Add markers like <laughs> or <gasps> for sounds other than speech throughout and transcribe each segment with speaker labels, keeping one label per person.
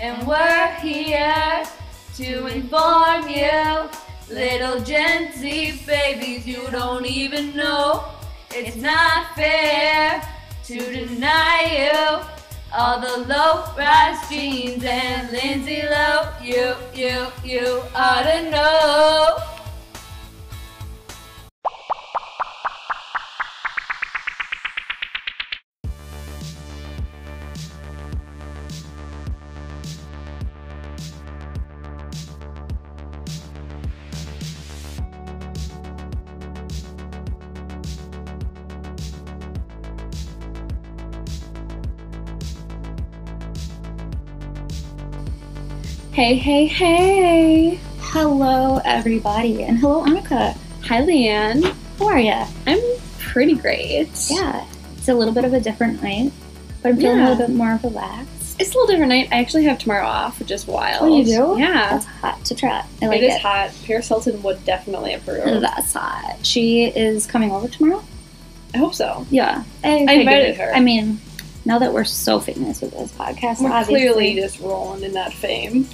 Speaker 1: And we're here to inform you, little Gen Z babies, you don't even know. It's not fair to deny you all the low rise jeans and Lindsay Low. You, you, you ought to know.
Speaker 2: Hey, hey, hey! Hello, everybody, and hello, Annika.
Speaker 3: Hi, Leanne.
Speaker 2: How are ya?
Speaker 3: I'm pretty great.
Speaker 2: Yeah, it's a little bit of a different night, but I'm feeling a
Speaker 3: Yeah.
Speaker 2: little bit more relaxed.
Speaker 3: It's a little different night. I actually have tomorrow off, which is wild.
Speaker 2: Oh, you do?
Speaker 3: Yeah.
Speaker 2: That's hot to trot. I Mm. like
Speaker 3: it is
Speaker 2: it.
Speaker 3: hot. Paris Hilton would definitely approve.
Speaker 2: That's hot. She is coming over tomorrow.
Speaker 3: I hope so.
Speaker 2: Yeah, I,
Speaker 3: I invited
Speaker 2: figured.
Speaker 3: her.
Speaker 2: I mean, now that we're so famous with this podcast,
Speaker 3: We're
Speaker 2: obviously,
Speaker 3: clearly just rolling in that fame,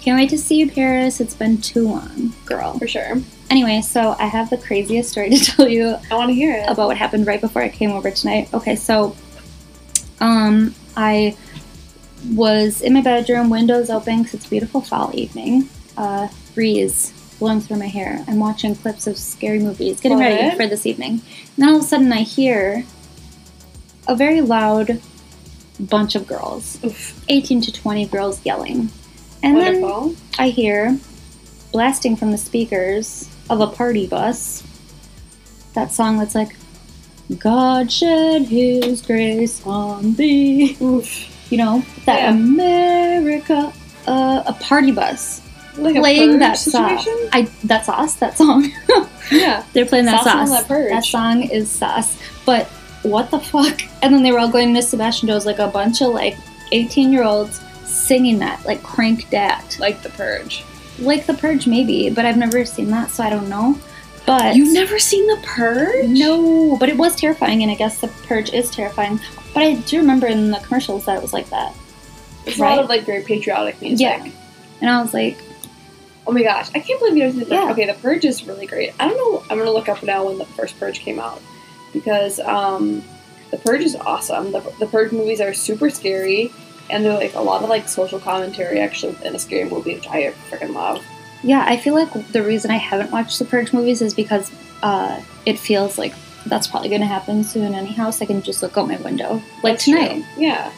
Speaker 2: can't wait to see you, Paris. It's been too long, girl.
Speaker 3: for sure.
Speaker 2: Anyway, so I have the craziest story <laughs> to tell you
Speaker 3: I want to hear it.
Speaker 2: about what happened right before I came over tonight. Okay, so um I was in my bedroom, windows open because it's a beautiful fall evening. Uh, breeze blowing through my hair. I'm watching clips of scary movies, getting ready
Speaker 3: What?
Speaker 2: for this evening. And then all of a sudden, I hear a very loud bunch of girls,
Speaker 3: Oof.
Speaker 2: 18 to 20 girls yelling. And then
Speaker 3: Wonderful.
Speaker 2: I hear blasting from the speakers of a party bus that song that's like, God shed his grace on thee.
Speaker 3: Oof.
Speaker 2: You know, that
Speaker 3: Yeah.
Speaker 2: America, uh, a party bus
Speaker 3: Like a
Speaker 2: playing
Speaker 3: purge
Speaker 2: that song.
Speaker 3: situation?
Speaker 2: I, that's us, that song.
Speaker 3: Yeah.
Speaker 2: <laughs> They're playing that
Speaker 3: Sauce on
Speaker 2: sauce.
Speaker 3: that purge.
Speaker 2: song is sauce. But what the fuck? <laughs> And then they were all going to Sebastian Joe's, like a bunch of like 18 year olds singing that, like crank dat
Speaker 3: Like the purge.
Speaker 2: like the purge maybe but i've never seen that so i don't know but
Speaker 3: You've never seen the purge?
Speaker 2: no but it was terrifying and i guess the purge is terrifying but i do remember in the commercials that it was like that
Speaker 3: It's a
Speaker 2: Right.
Speaker 3: lot of like very patriotic music.
Speaker 2: Yeah. and i was like
Speaker 3: Oh my gosh, I can't believe you guys did that.
Speaker 2: Yeah.
Speaker 3: Okay, The Purge is really great. I don't know. I'm gonna look up now when the first Purge came out because um, The Purge is awesome. The, the Purge movies are super scary, and they're like a lot of like social commentary actually in a scary movie, which I freaking love.
Speaker 2: yeah i feel like the reason i haven't watched the purge movies is because uh, it feels like that's probably going to happen soon anyhow so i can just look out my window like
Speaker 3: That's
Speaker 2: tonight
Speaker 3: true. Yeah,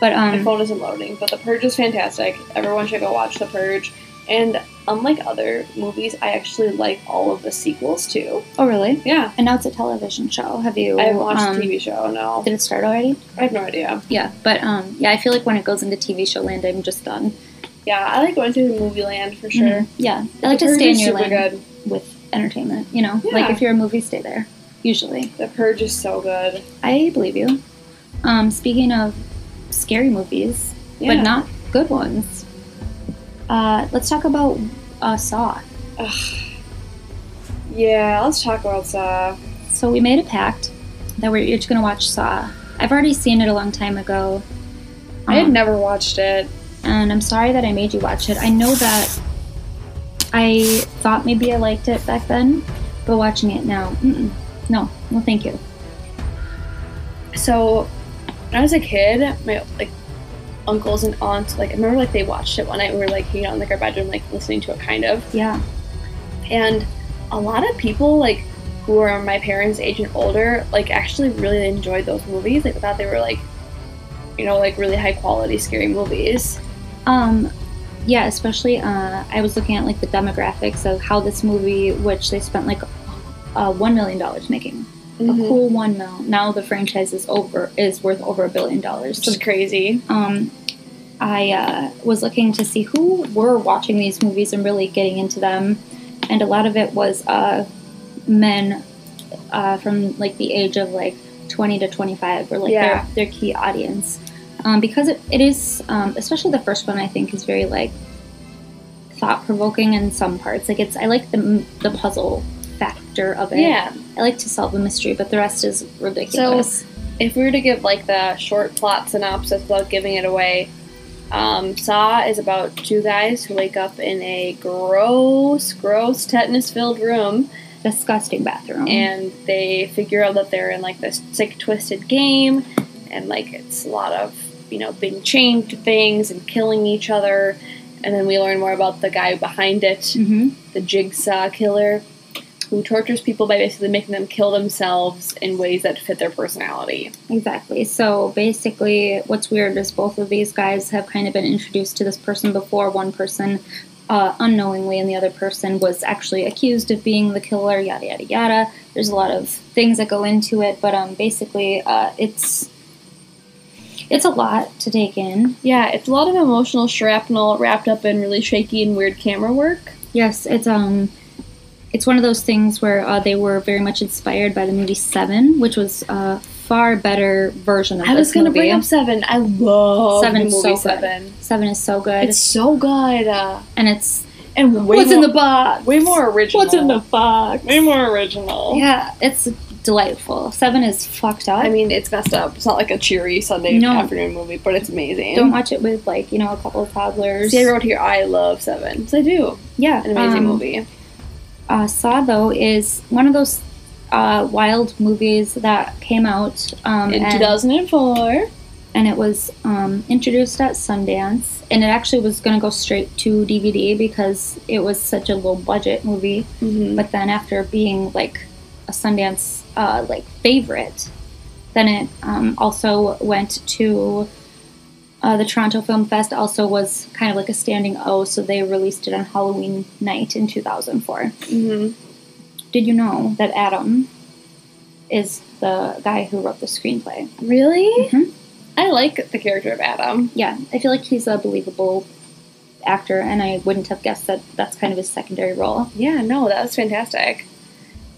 Speaker 2: but
Speaker 3: my
Speaker 2: um
Speaker 3: phone isn't loading, but The Purge is fantastic. Everyone should go watch The Purge. And unlike other movies, I actually like all of the sequels too.
Speaker 2: oh really
Speaker 3: Yeah,
Speaker 2: and now it's a television show have you
Speaker 3: I haven't watched
Speaker 2: um,
Speaker 3: the TV show. No,
Speaker 2: did it start already
Speaker 3: I have no idea.
Speaker 2: yeah but um yeah i feel like when it goes into tv show land i'm just done
Speaker 3: Yeah, I like going to the movie land for sure.
Speaker 2: Mhm. yeah i like to
Speaker 3: the Purge
Speaker 2: stay in
Speaker 3: is
Speaker 2: your
Speaker 3: super
Speaker 2: lane
Speaker 3: good.
Speaker 2: with entertainment. You know,
Speaker 3: Yeah.
Speaker 2: like if you're a movie, stay there. Usually,
Speaker 3: The Purge is so good.
Speaker 2: I believe you. Um, speaking of scary movies,
Speaker 3: Yeah.
Speaker 2: but not good ones. Uh, let's talk about uh, Saw.
Speaker 3: Yeah, let's talk about Saw.
Speaker 2: So we made a pact that we're each going to watch Saw. I've already seen it a long time ago.
Speaker 3: I had
Speaker 2: Um,
Speaker 3: never watched it.
Speaker 2: and I'm sorry that I made you watch it. I know that I thought maybe I liked it back then, but watching it now, mm-mm, no, no, thank you.
Speaker 3: So when I was a kid, my like uncles and aunts, like I remember like they watched it one night. We were like hanging out in like our bedroom, like listening to it kind of.
Speaker 2: Yeah.
Speaker 3: And a lot of people like who are my parents' age and older, like actually really enjoyed those movies. Like thought they were like, you know, like really high quality scary movies.
Speaker 2: Um, yeah, especially uh, I was looking at like the demographics of how this movie, which they spent like uh, one million dollars making,
Speaker 3: Mm-hmm.
Speaker 2: a cool one mil. Now the franchise is over is worth over a billion dollars.
Speaker 3: Which
Speaker 2: So,
Speaker 3: is crazy.
Speaker 2: um, I uh, was looking to see who were watching these movies and really getting into them, and a lot of it was uh, men uh, from like the age of like 20 to 25 were like
Speaker 3: Yeah.
Speaker 2: their, their key audience um, because it, it is um, especially the first one i think is very like thought-provoking in some parts like it's i like the, m- the puzzle factor of it
Speaker 3: Yeah.
Speaker 2: i like to solve a mystery but the rest is ridiculous
Speaker 3: If we were to give like the short plot synopsis without giving it away, Um, Saw is about two guys who wake up in a gross, gross tetanus-filled room,
Speaker 2: Disgusting bathroom.
Speaker 3: and they figure out that they're in like this sick, twisted game, and like it's a lot of you know being chained to things and killing each other. And then we learn more about the guy behind it,
Speaker 2: hmm
Speaker 3: the Jigsaw Killer, who tortures people by basically making them kill themselves in ways that fit their personality.
Speaker 2: Exactly. So basically, what's weird is both of these guys have kind of been introduced to this person before. One person uh, unknowingly, and the other person was actually accused of being the killer, yada, yada, yada. There's a lot of things that go into it, but um, basically, uh, it's. It's a lot to take in.
Speaker 3: Yeah, it's a lot of emotional shrapnel wrapped up in really shaky and weird camera work.
Speaker 2: Yes, it's um, it's one of those things where uh, they were very much inspired by the movie Seven, which was a far better version of
Speaker 3: I
Speaker 2: this
Speaker 3: was gonna
Speaker 2: movie.
Speaker 3: bring up Seven. I love
Speaker 2: Seven
Speaker 3: Seven
Speaker 2: is
Speaker 3: movie
Speaker 2: so good.
Speaker 3: Seven.
Speaker 2: Seven is so good,
Speaker 3: It's so good. Uh,
Speaker 2: and it's
Speaker 3: and way
Speaker 2: what's
Speaker 3: more,
Speaker 2: in the box?
Speaker 3: way more original.
Speaker 2: box?
Speaker 3: way more original?
Speaker 2: Yeah, it's delightful. Seven is fucked up.
Speaker 3: I mean, it's messed up. It's not like a cheery Sunday
Speaker 2: No.
Speaker 3: afternoon movie, but it's amazing.
Speaker 2: don't watch it with like you know a couple of toddlers.
Speaker 3: See, I wrote here, I love Seven. 'Cause I do.
Speaker 2: Yeah,
Speaker 3: An amazing
Speaker 2: um,
Speaker 3: movie.
Speaker 2: uh, Saw though is one of those uh, wild movies that came out um,
Speaker 3: In
Speaker 2: and-
Speaker 3: 2004.
Speaker 2: and it was um, introduced at Sundance, and it actually was going to go straight to DVD because it was such a low budget movie.
Speaker 3: Mm-hmm.
Speaker 2: But then after being like a Sundance uh, like favorite, then it um, also went to uh, the Toronto Film Fest. Also was kind of like a standing O, so they released it on Halloween night in 2004.
Speaker 3: Mm-hmm.
Speaker 2: Did you know that Adam is the guy who wrote the screenplay?
Speaker 3: Really?
Speaker 2: Mhm.
Speaker 3: I like the character of Adam.
Speaker 2: yeah, I feel like he's a believable actor, and I wouldn't have guessed that that's kind of his secondary role.
Speaker 3: Yeah, no, that was fantastic.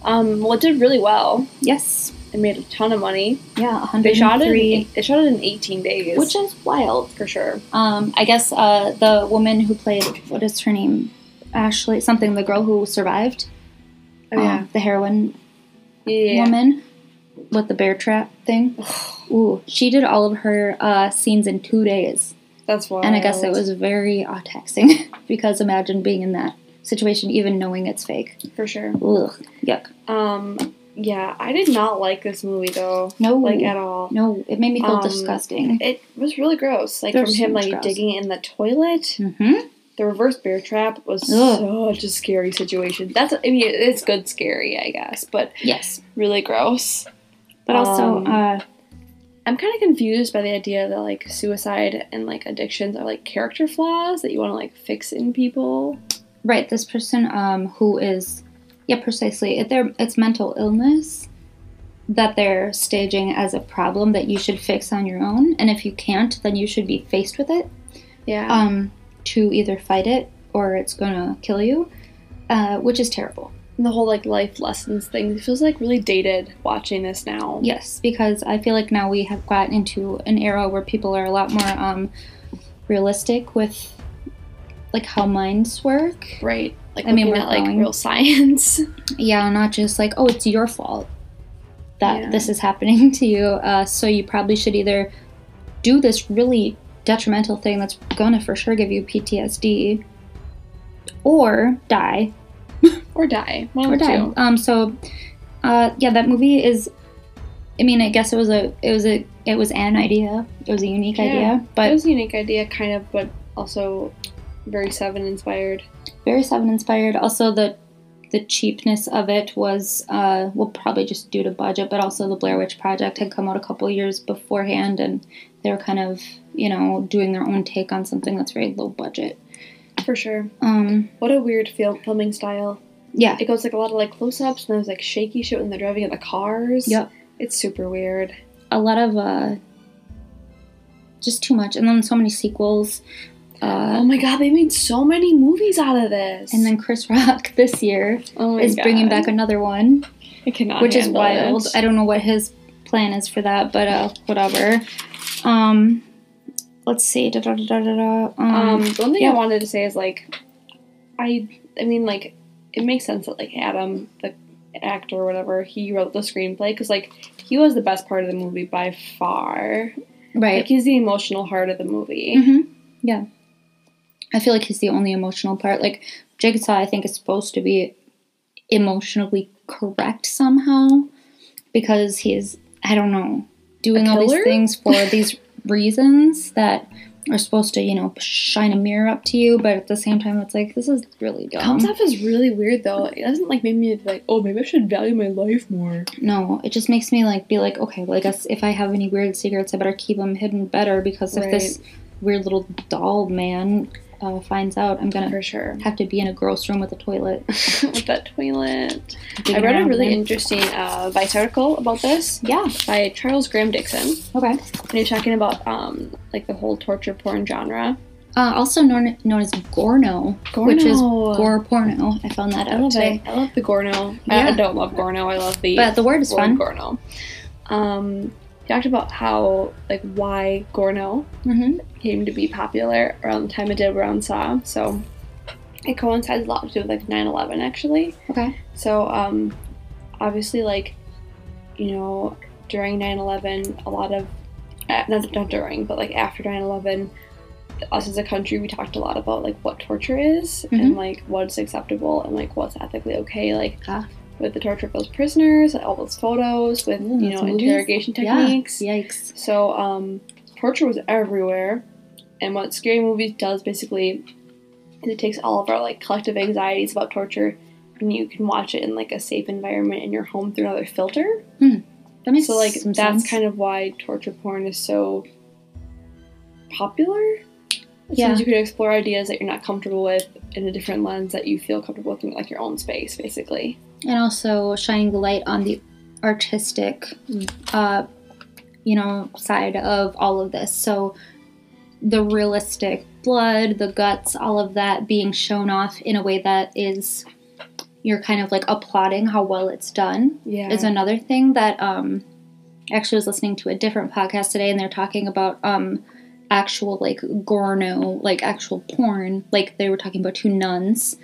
Speaker 3: Um, well, it did really well.
Speaker 2: Yes,
Speaker 3: It made a ton of money.
Speaker 2: yeah,
Speaker 3: They shot it. In,
Speaker 2: 103,
Speaker 3: they shot it in 18 days,
Speaker 2: which is wild.
Speaker 3: for sure.
Speaker 2: Um, I guess uh, the woman who played what is her name, Ashley something, the girl who survived,
Speaker 3: Oh, yeah.
Speaker 2: um, the heroin
Speaker 3: yeah.
Speaker 2: woman with the bear trap thing. Ooh, she did all of her uh, scenes in two days,
Speaker 3: That's why.
Speaker 2: and I guess it was very uh, taxing <laughs> because imagine being in that situation, even knowing it's fake.
Speaker 3: for sure.
Speaker 2: Ugh, yuck.
Speaker 3: Um, yeah, I did not like this movie though,
Speaker 2: No,
Speaker 3: like at all.
Speaker 2: No, it made me feel
Speaker 3: Um,
Speaker 2: disgusting.
Speaker 3: It was really gross. Like
Speaker 2: There's
Speaker 3: from him
Speaker 2: so much
Speaker 3: like
Speaker 2: gross.
Speaker 3: digging in the toilet.
Speaker 2: Mm-hmm.
Speaker 3: The reverse bear trap was
Speaker 2: Ugh.
Speaker 3: such a scary situation. That's I mean it's good scary I guess, but
Speaker 2: Yes,
Speaker 3: really gross.
Speaker 2: but also,
Speaker 3: Um,
Speaker 2: uh,
Speaker 3: I'm kind of confused by the idea that like suicide and like addictions are like character flaws that you want to like fix in people.
Speaker 2: right, this person um, who is, yeah, precisely, it, they're- it's mental illness that they're staging as a problem that you should fix on your own, and if you can't, then you should be faced with it
Speaker 3: Yeah.
Speaker 2: um, to either fight it or it's gonna kill you, uh, which is terrible.
Speaker 3: and the whole like life lessons thing it feels like really dated watching this now.
Speaker 2: Yes, because I feel like now we have gotten into an era where people are a lot more um, realistic with like how minds work.
Speaker 3: Right. Like
Speaker 2: I mean,
Speaker 3: looking
Speaker 2: we're
Speaker 3: at like
Speaker 2: growing.
Speaker 3: real <laughs> science.
Speaker 2: Yeah, not just like, oh, it's your fault that
Speaker 3: Yeah.
Speaker 2: this is happening <laughs> to you. Uh, so you probably should either do this really detrimental thing that's gonna for sure give you PTSD or die
Speaker 3: or die. One
Speaker 2: or
Speaker 3: or
Speaker 2: die.
Speaker 3: two.
Speaker 2: Um, so uh, yeah, that movie is. I mean, I guess it was a, it was a, it was an idea. It was a unique
Speaker 3: Yeah.
Speaker 2: idea,
Speaker 3: It
Speaker 2: but
Speaker 3: was a unique idea, kind of, but also very Seven inspired.
Speaker 2: very Seven inspired. Also, the the cheapness of it was uh, well probably just due to budget, but also the Blair Witch Project had come out a couple years beforehand, and they were kind of you know doing their own take on something that's very low budget.
Speaker 3: For sure.
Speaker 2: Um,
Speaker 3: What a weird film filming style.
Speaker 2: yeah,
Speaker 3: It goes like a lot of like close ups and there's like shaky shit when they're driving in the cars.
Speaker 2: Yep.
Speaker 3: It's super weird.
Speaker 2: a lot of uh, just too much, and then so many sequels. Uh,
Speaker 3: oh my god, they made so many movies out of this.
Speaker 2: and then Chris Rock <laughs> this year
Speaker 3: oh my
Speaker 2: is bringing
Speaker 3: God.
Speaker 2: back another one,
Speaker 3: I cannot
Speaker 2: which is
Speaker 3: handle
Speaker 2: wild.
Speaker 3: it.
Speaker 2: I don't know what his plan is for that, but uh, whatever. Um, let's see. Da, da, da, da, da, da. Um,
Speaker 3: Um, the one thing
Speaker 2: yeah.
Speaker 3: I wanted to say is like, I, I mean, like, it makes sense that like Adam, the actor or whatever, he wrote the screenplay because like he was the best part of the movie by far. Like
Speaker 2: right.
Speaker 3: he's the emotional heart of the movie,
Speaker 2: hmm I feel like he's the only emotional part. Like Jigsaw, I think is supposed to be emotionally correct somehow because he's I don't know doing
Speaker 3: A
Speaker 2: all these
Speaker 3: killer? <laughs>
Speaker 2: things for these reasons that are supposed to you know shine a mirror up to you, but at the same time it's like this is really dumb.
Speaker 3: Comes off as really weird though. It doesn't like make me like, oh, maybe I should value my life more.
Speaker 2: No, it just makes me like be like okay, well I guess if I have any weird secrets, I better keep them hidden better because if this weird little doll man uh, finds out, I'm gonna <laughs>
Speaker 3: for sure.
Speaker 2: have to be in a gross room with a toilet.
Speaker 3: With that toilet. I
Speaker 2: digging
Speaker 3: read a
Speaker 2: around
Speaker 3: really
Speaker 2: in.
Speaker 3: interesting uh, Vice article about this
Speaker 2: yeah
Speaker 3: by Charles Graham Dixon,
Speaker 2: okay.
Speaker 3: and he was talking about um, like the whole torture porn genre,
Speaker 2: Uh, also known, known as Gorno, which is
Speaker 3: Gorno.
Speaker 2: Gore Porno. I found that
Speaker 3: I
Speaker 2: out
Speaker 3: love
Speaker 2: today.
Speaker 3: it. I love the Gorno. I,
Speaker 2: Yeah.
Speaker 3: I don't love Gorno. I love the
Speaker 2: But the word is
Speaker 3: word
Speaker 2: fun.
Speaker 3: Gorno. Um, he talked about how like why Gorno
Speaker 2: hmm
Speaker 3: came to be popular around the time it did around Saw. So it coincides a lot with like 9 11 actually.
Speaker 2: Okay.
Speaker 3: So um, obviously, like, you know, during 9 11, a lot of, uh, not, not during, but like after 9 11, us as a country, we talked a lot about like what torture is
Speaker 2: Mm-hmm.
Speaker 3: and like what's acceptable and like what's ethically okay. Like,
Speaker 2: Ah.
Speaker 3: with the torture of those prisoners, all those photos, with,
Speaker 2: Ooh,
Speaker 3: you
Speaker 2: those
Speaker 3: know,
Speaker 2: movies.
Speaker 3: interrogation
Speaker 2: Yeah.
Speaker 3: techniques.
Speaker 2: Yikes.
Speaker 3: So, um, torture was everywhere. And what Scary Movies does basically is it takes all of our like collective anxieties about torture and you can watch it in like a safe environment in your home through another filter.
Speaker 2: That makes
Speaker 3: so like
Speaker 2: some
Speaker 3: that's
Speaker 2: sense.
Speaker 3: kind of why torture porn is so popular.
Speaker 2: Yeah.
Speaker 3: Since you can explore ideas that you're not comfortable with in a different lens that you feel comfortable with in like your own space, basically.
Speaker 2: and also shining the light on the artistic,
Speaker 3: Mm.
Speaker 2: uh, you know, side of all of this. So the realistic blood, the guts, all of that being shown off in a way that is you're kind of like applauding how well it's done.
Speaker 3: Yeah.
Speaker 2: is another thing that um I actually was listening to a different podcast today and they're talking about um actual like gorno like actual porn like they were talking about two nuns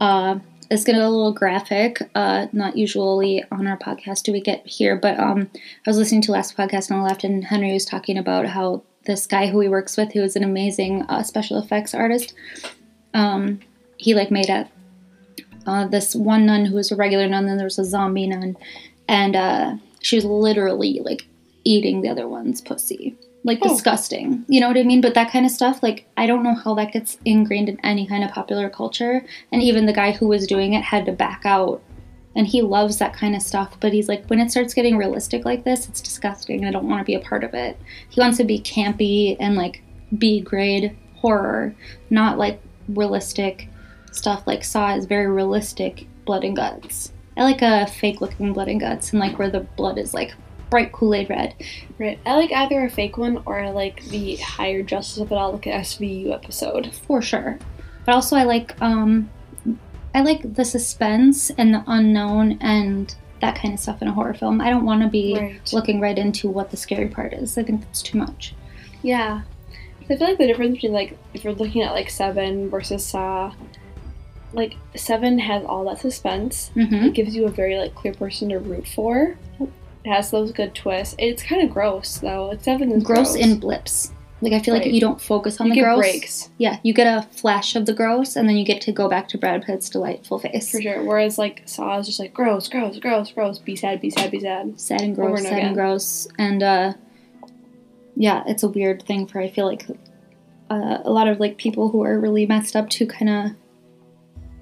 Speaker 2: uh it's gonna get a little graphic uh not usually on our podcast do we get here but um i was listening to last podcast on the left and henry was talking about how this guy who he works with who is an amazing uh, special effects artist um he like made a uh, this one nun who was a regular nun, then there was a zombie nun, and uh, she was literally like eating the other one's pussy. Like
Speaker 3: Oh.
Speaker 2: disgusting. You know what I mean? But that kind of stuff, like, I don't know how that gets ingrained in any kind of popular culture. And even the guy who was doing it had to back out. And he loves that kind of stuff. But he's like, when it starts getting realistic like this, it's disgusting. and I don't want to be a part of it. He wants to be campy and like B grade horror, not like realistic stuff like Saw is very realistic blood and guts. I like a fake looking blood and guts and like where the blood is like bright Kool Aid red.
Speaker 3: right. I like either a fake one or I like the higher justice of it all, like an SVU episode.
Speaker 2: for sure. But also, I like um, I like the suspense and the unknown and that kind of stuff in a horror film. I don't want to be
Speaker 3: Right.
Speaker 2: looking right into what the scary part is. I think that's too much.
Speaker 3: Yeah. So I feel like the difference between like if you're looking at like Seven versus Saw, like Seven has all that suspense.
Speaker 2: Mm-hmm.
Speaker 3: It gives you a very like clear person to root for. It has those good twists. It's kind of gross though. Like Seven is
Speaker 2: Gross
Speaker 3: gross
Speaker 2: in blips. Like I feel like
Speaker 3: Right.
Speaker 2: you don't focus on
Speaker 3: you
Speaker 2: the
Speaker 3: get
Speaker 2: gross.
Speaker 3: breaks
Speaker 2: Yeah, you get a flash of the gross, and then you get to go back to Brad Pitt's delightful face.
Speaker 3: for sure. Whereas like Saw is just like gross, gross, gross, gross. Be sad, be sad, be sad.
Speaker 2: sad and
Speaker 3: Over
Speaker 2: gross,
Speaker 3: and
Speaker 2: sad and
Speaker 3: again.
Speaker 2: gross, and uh, yeah, it's a weird thing for I feel like uh, a lot of like people who are really messed up to kind of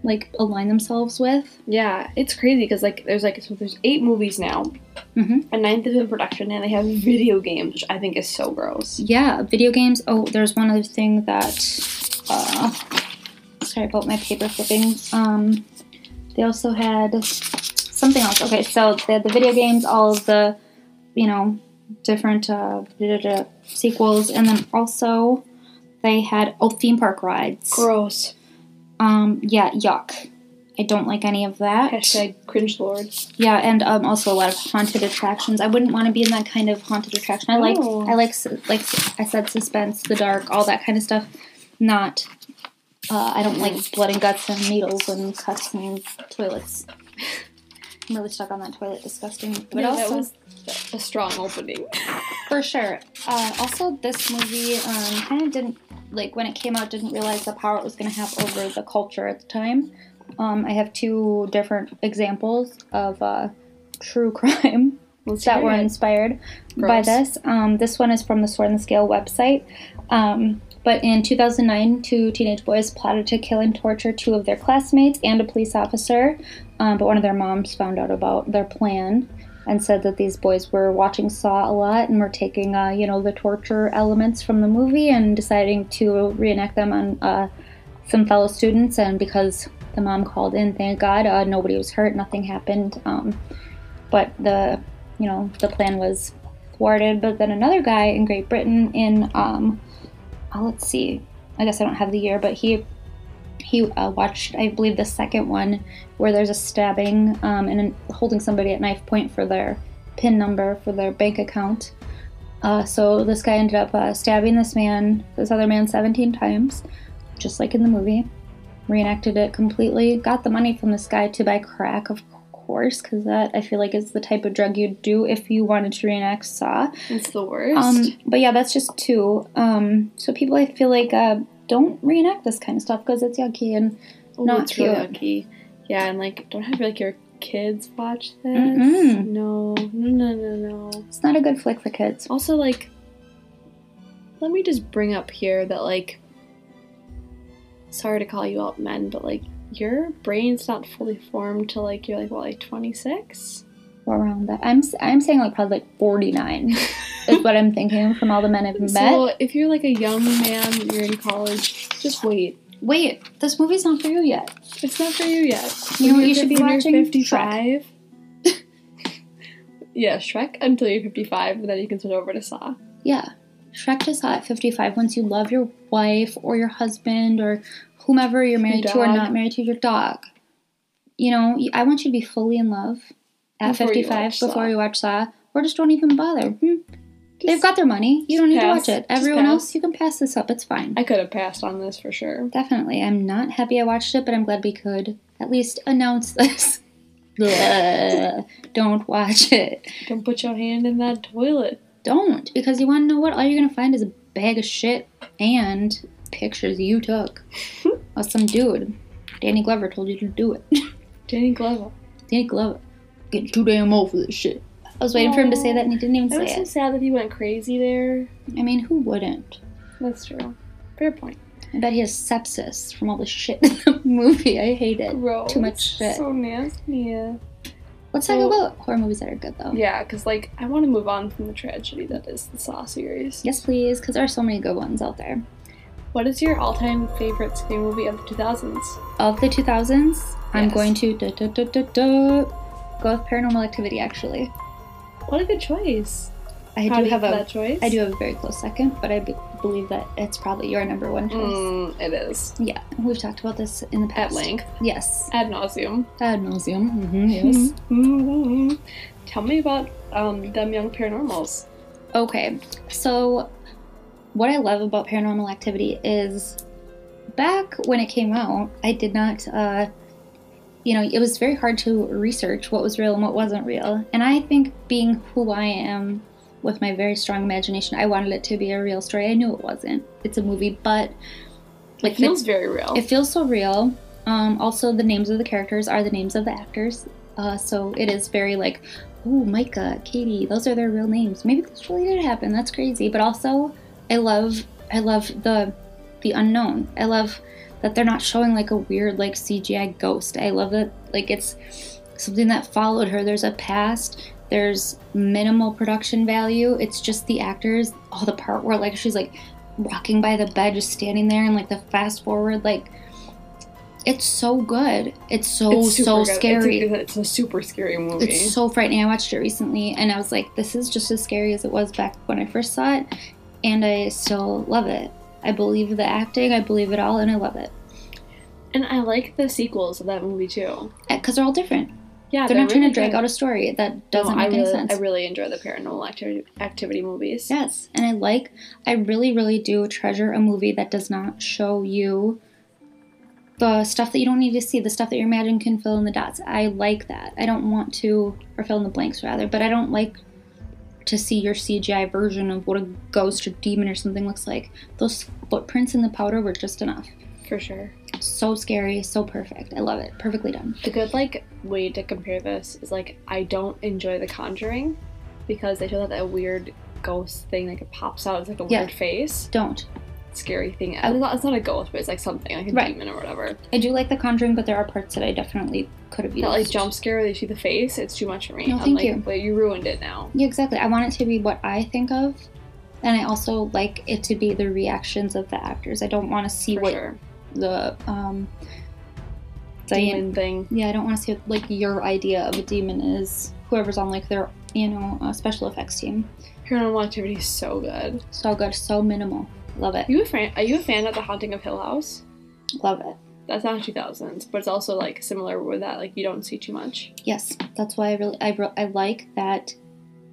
Speaker 2: like align themselves with.
Speaker 3: Yeah, it's crazy because like there's like so there's eight movies now.
Speaker 2: Mhm.
Speaker 3: A ninth is in production, and they have video games, which I think is so gross.
Speaker 2: Yeah, video games. Oh, there's one other thing that. Uh, sorry about my paper flipping. Um, they also had something else. Okay, so they had the video games, all of the, you know, different uh, da- da- da sequels, and then also they had oh theme park rides.
Speaker 3: Gross.
Speaker 2: Um, yeah, yuck. I don't like any of that.
Speaker 3: Hashtag cringe lord.
Speaker 2: Yeah, and um, also a lot of haunted attractions. I wouldn't want to be in that kind of haunted attraction. I like,
Speaker 3: Oh.
Speaker 2: I like, su- like s- I said, suspense, the dark, all that kind of stuff. Not, uh, I don't like blood and guts and needles and cuts and toilets. I'm really stuck on that toilet. Disgusting. But
Speaker 3: Yeah,
Speaker 2: also,
Speaker 3: that was a strong opening.
Speaker 2: for sure. Uh, also, this movie um, kind of didn't like when it came out didn't realize the power it was going to have over the culture at the time. Um, I have two different examples of uh, true <laughs> crime that were inspired by
Speaker 3: Gross.
Speaker 2: this. Um, this one is from the Sword and the Scale website. Um, but in 2009, two teenage boys plotted to kill and torture two of their classmates and a police officer. Um, but one of their moms found out about their plan and said that these boys were watching Saw a lot and were taking, uh, you know, the torture elements from the movie and deciding to reenact them on uh, some fellow students. And because the mom called in, thank God, uh, nobody was hurt, nothing happened. Um, but the you know the plan was thwarted but then another guy in great britain in um uh, let's see i guess i don't have the year but he he uh, watched i believe the second one where there's a stabbing um, and an- holding somebody at knife point for their pin number for their bank account uh, so this guy ended up uh, stabbing this man this other man 17 times just like in the movie reenacted it completely got the money from this guy to buy crack of course because that i feel like is the type of drug you'd do if you wanted to reenact saw
Speaker 3: It's the worst.
Speaker 2: um, but yeah, that's just two. Um, so people, I feel like uh, don't reenact this kind of stuff because it's yucky and
Speaker 3: Ooh,
Speaker 2: not
Speaker 3: Oh, it's really
Speaker 2: cute.
Speaker 3: yucky. Yeah, and like don't have like your kids watch this.
Speaker 2: Mm-mm.
Speaker 3: No, no, no, no, no.
Speaker 2: it's not a good flick for kids.
Speaker 3: Also, like, let me just bring up here that like, sorry to call you out, men, but like your brain's not fully formed till like you're like what, like 26.
Speaker 2: Or around that, I'm s- I'm saying like probably like 49 <laughs> is what I'm thinking from all the men I've met.
Speaker 3: So if you're like a young man, you're in college, just wait.
Speaker 2: Wait, this movie's not for you yet.
Speaker 3: It's not for you yet.
Speaker 2: You know
Speaker 3: When
Speaker 2: what you
Speaker 3: you're
Speaker 2: should be
Speaker 3: fif- when you're
Speaker 2: watching?
Speaker 3: 55. <laughs> yeah, Shrek until you're 55, and then you can switch over to Saw.
Speaker 2: Yeah, Shrek just saw at 55. Once you love your wife or your husband or whomever you're married to or
Speaker 3: dog.
Speaker 2: not married to, your dog. You know, y- I want you to be fully in love at
Speaker 3: Before you
Speaker 2: 55
Speaker 3: watch Saw.
Speaker 2: before you watch Saw, or just don't even bother. Hmm. They've
Speaker 3: Just-
Speaker 2: got their money. You
Speaker 3: just
Speaker 2: don't need
Speaker 3: pass.
Speaker 2: to watch it.
Speaker 3: Just
Speaker 2: Everyone
Speaker 3: pass.
Speaker 2: else, you can pass this up. It's fine.
Speaker 3: I could have passed on this for sure.
Speaker 2: Definitely. I'm not happy I watched it, but I'm glad we could at least announce <laughs> this. Ugh, <laughs> don't watch it.
Speaker 3: Don't put your hand in that toilet.
Speaker 2: Don't, because you want to know what? All you're going to find is a bag of shit and pictures you
Speaker 3: <laughs>
Speaker 2: took of some dude. Danny Glover told you to do it. <laughs>
Speaker 3: Danny Glover.
Speaker 2: Danny Glover, get too damn old for this shit. I was waiting for him to say that and he didn't even
Speaker 3: I was
Speaker 2: say
Speaker 3: so
Speaker 2: it.
Speaker 3: sad that he went crazy there.
Speaker 2: I mean, who wouldn't?
Speaker 3: That's true. Fair point.
Speaker 2: I bet he has sepsis from all the shit in the <laughs> movie. I hate it.
Speaker 3: Gross.
Speaker 2: Too much shit.
Speaker 3: So nasty. Yeah,
Speaker 2: Let's
Speaker 3: So-
Speaker 2: talk about horror movies that are good though.
Speaker 3: Yeah, because like I want to move on from the tragedy that is the Saw series.
Speaker 2: Yes, please, because there are so many good ones out there.
Speaker 3: What is your all-time favorite scary movie of the 2000s?
Speaker 2: Of the 2000s, I'm
Speaker 3: Yes.
Speaker 2: going to duh, duh, duh, duh, duh, go with Paranormal Activity. Actually,
Speaker 3: What a good choice.
Speaker 2: I
Speaker 3: Proud
Speaker 2: do
Speaker 3: of you
Speaker 2: have
Speaker 3: for
Speaker 2: a
Speaker 3: that choice.
Speaker 2: I do have a very close second, but I be- believe that it's probably your number one choice.
Speaker 3: Mm, it is
Speaker 2: Yeah, we've talked about this in the
Speaker 3: at
Speaker 2: past.
Speaker 3: length,
Speaker 2: Yes.
Speaker 3: ad nauseum.
Speaker 2: Ad nauseum. Mm-hmm, yes.
Speaker 3: Mm-hmm. Tell me about um, them young paranormals.
Speaker 2: Okay, so what I love about paranormal activity is back when it came out, I did not, uh, you know, it was very hard to research what was real and what wasn't real. And I think being who I am with my very strong imagination, I wanted it to be a real story. I knew it wasn't. It's a movie, but like
Speaker 3: It feels very real.
Speaker 2: it feels so real. Um, also, the names of the characters are the names of the actors, uh, so it is very like, oh, Micah, Katie, those are their real names. Maybe this really did happen. That's crazy. But also, I love, I love the, the unknown. I love that they're not showing like a weird like CGI ghost. I love that like it's something that followed her. There's a past. There's minimal production value. It's just the actors. All the part where like she's like walking by the bed, just standing there, and like the fast forward like. It's so good. It's so
Speaker 3: It's super
Speaker 2: so
Speaker 3: good. It's a-
Speaker 2: scary.
Speaker 3: It's a, super scary movie.
Speaker 2: It's so frightening. I watched it recently and I was like, this is just as scary as it was back when I first saw it. And I still love it. I believe the acting, I believe it all, and I love it.
Speaker 3: and I like the sequels of that movie too.
Speaker 2: Because Uh, they're all different.
Speaker 3: Yeah,
Speaker 2: they're not trying to
Speaker 3: really
Speaker 2: drag
Speaker 3: good.
Speaker 2: out a story that doesn't
Speaker 3: No,
Speaker 2: make
Speaker 3: I
Speaker 2: any
Speaker 3: really,
Speaker 2: sense.
Speaker 3: I really enjoy the paranormal activity, activity movies.
Speaker 2: Yes, and I like, I really, really do treasure a movie that does not show you the stuff that you don't need to see, the stuff that your imagination can fill in the dots. I like that. I don't want to, or fill in the blanks rather, but I don't like to see your CGI version of what a ghost or demon or something looks like. Those footprints in the powder were just enough.
Speaker 3: for sure.
Speaker 2: So scary, so perfect. I love it. Perfectly done.
Speaker 3: A good like way to compare this is like I don't enjoy The Conjuring because they show that that weird ghost thing like it pops out. It's like a
Speaker 2: Yeah.
Speaker 3: weird face,
Speaker 2: Don't.
Speaker 3: scary thing. It's not, it's not a ghost, but it's like something like a
Speaker 2: Right.
Speaker 3: demon or whatever.
Speaker 2: I do like The Conjuring, but there are parts that I definitely could have used.
Speaker 3: That like jump scare where you see the face. It's too much for me.
Speaker 2: No,
Speaker 3: I'm
Speaker 2: thank
Speaker 3: like,
Speaker 2: you.
Speaker 3: But you ruined it now.
Speaker 2: Yeah, exactly. I want it to be what I think of, and I also like it to be the reactions of the actors. I don't want to see
Speaker 3: For
Speaker 2: what
Speaker 3: sure.
Speaker 2: the um, Diane.
Speaker 3: Demon thing.
Speaker 2: Yeah, I don't want to see what, like your idea of a demon is. Whoever's on like their you know uh, special effects team.
Speaker 3: Paranormal Activity is so good.
Speaker 2: So good, so minimal. Love it.
Speaker 3: You a fan? Are you a fan of The Haunting of Hill House?
Speaker 2: Love it.
Speaker 3: That's not 2000s, but it's also like similar with that. Like you don't see
Speaker 2: <laughs>
Speaker 3: too much.
Speaker 2: Yes, that's why I really I, re- I like that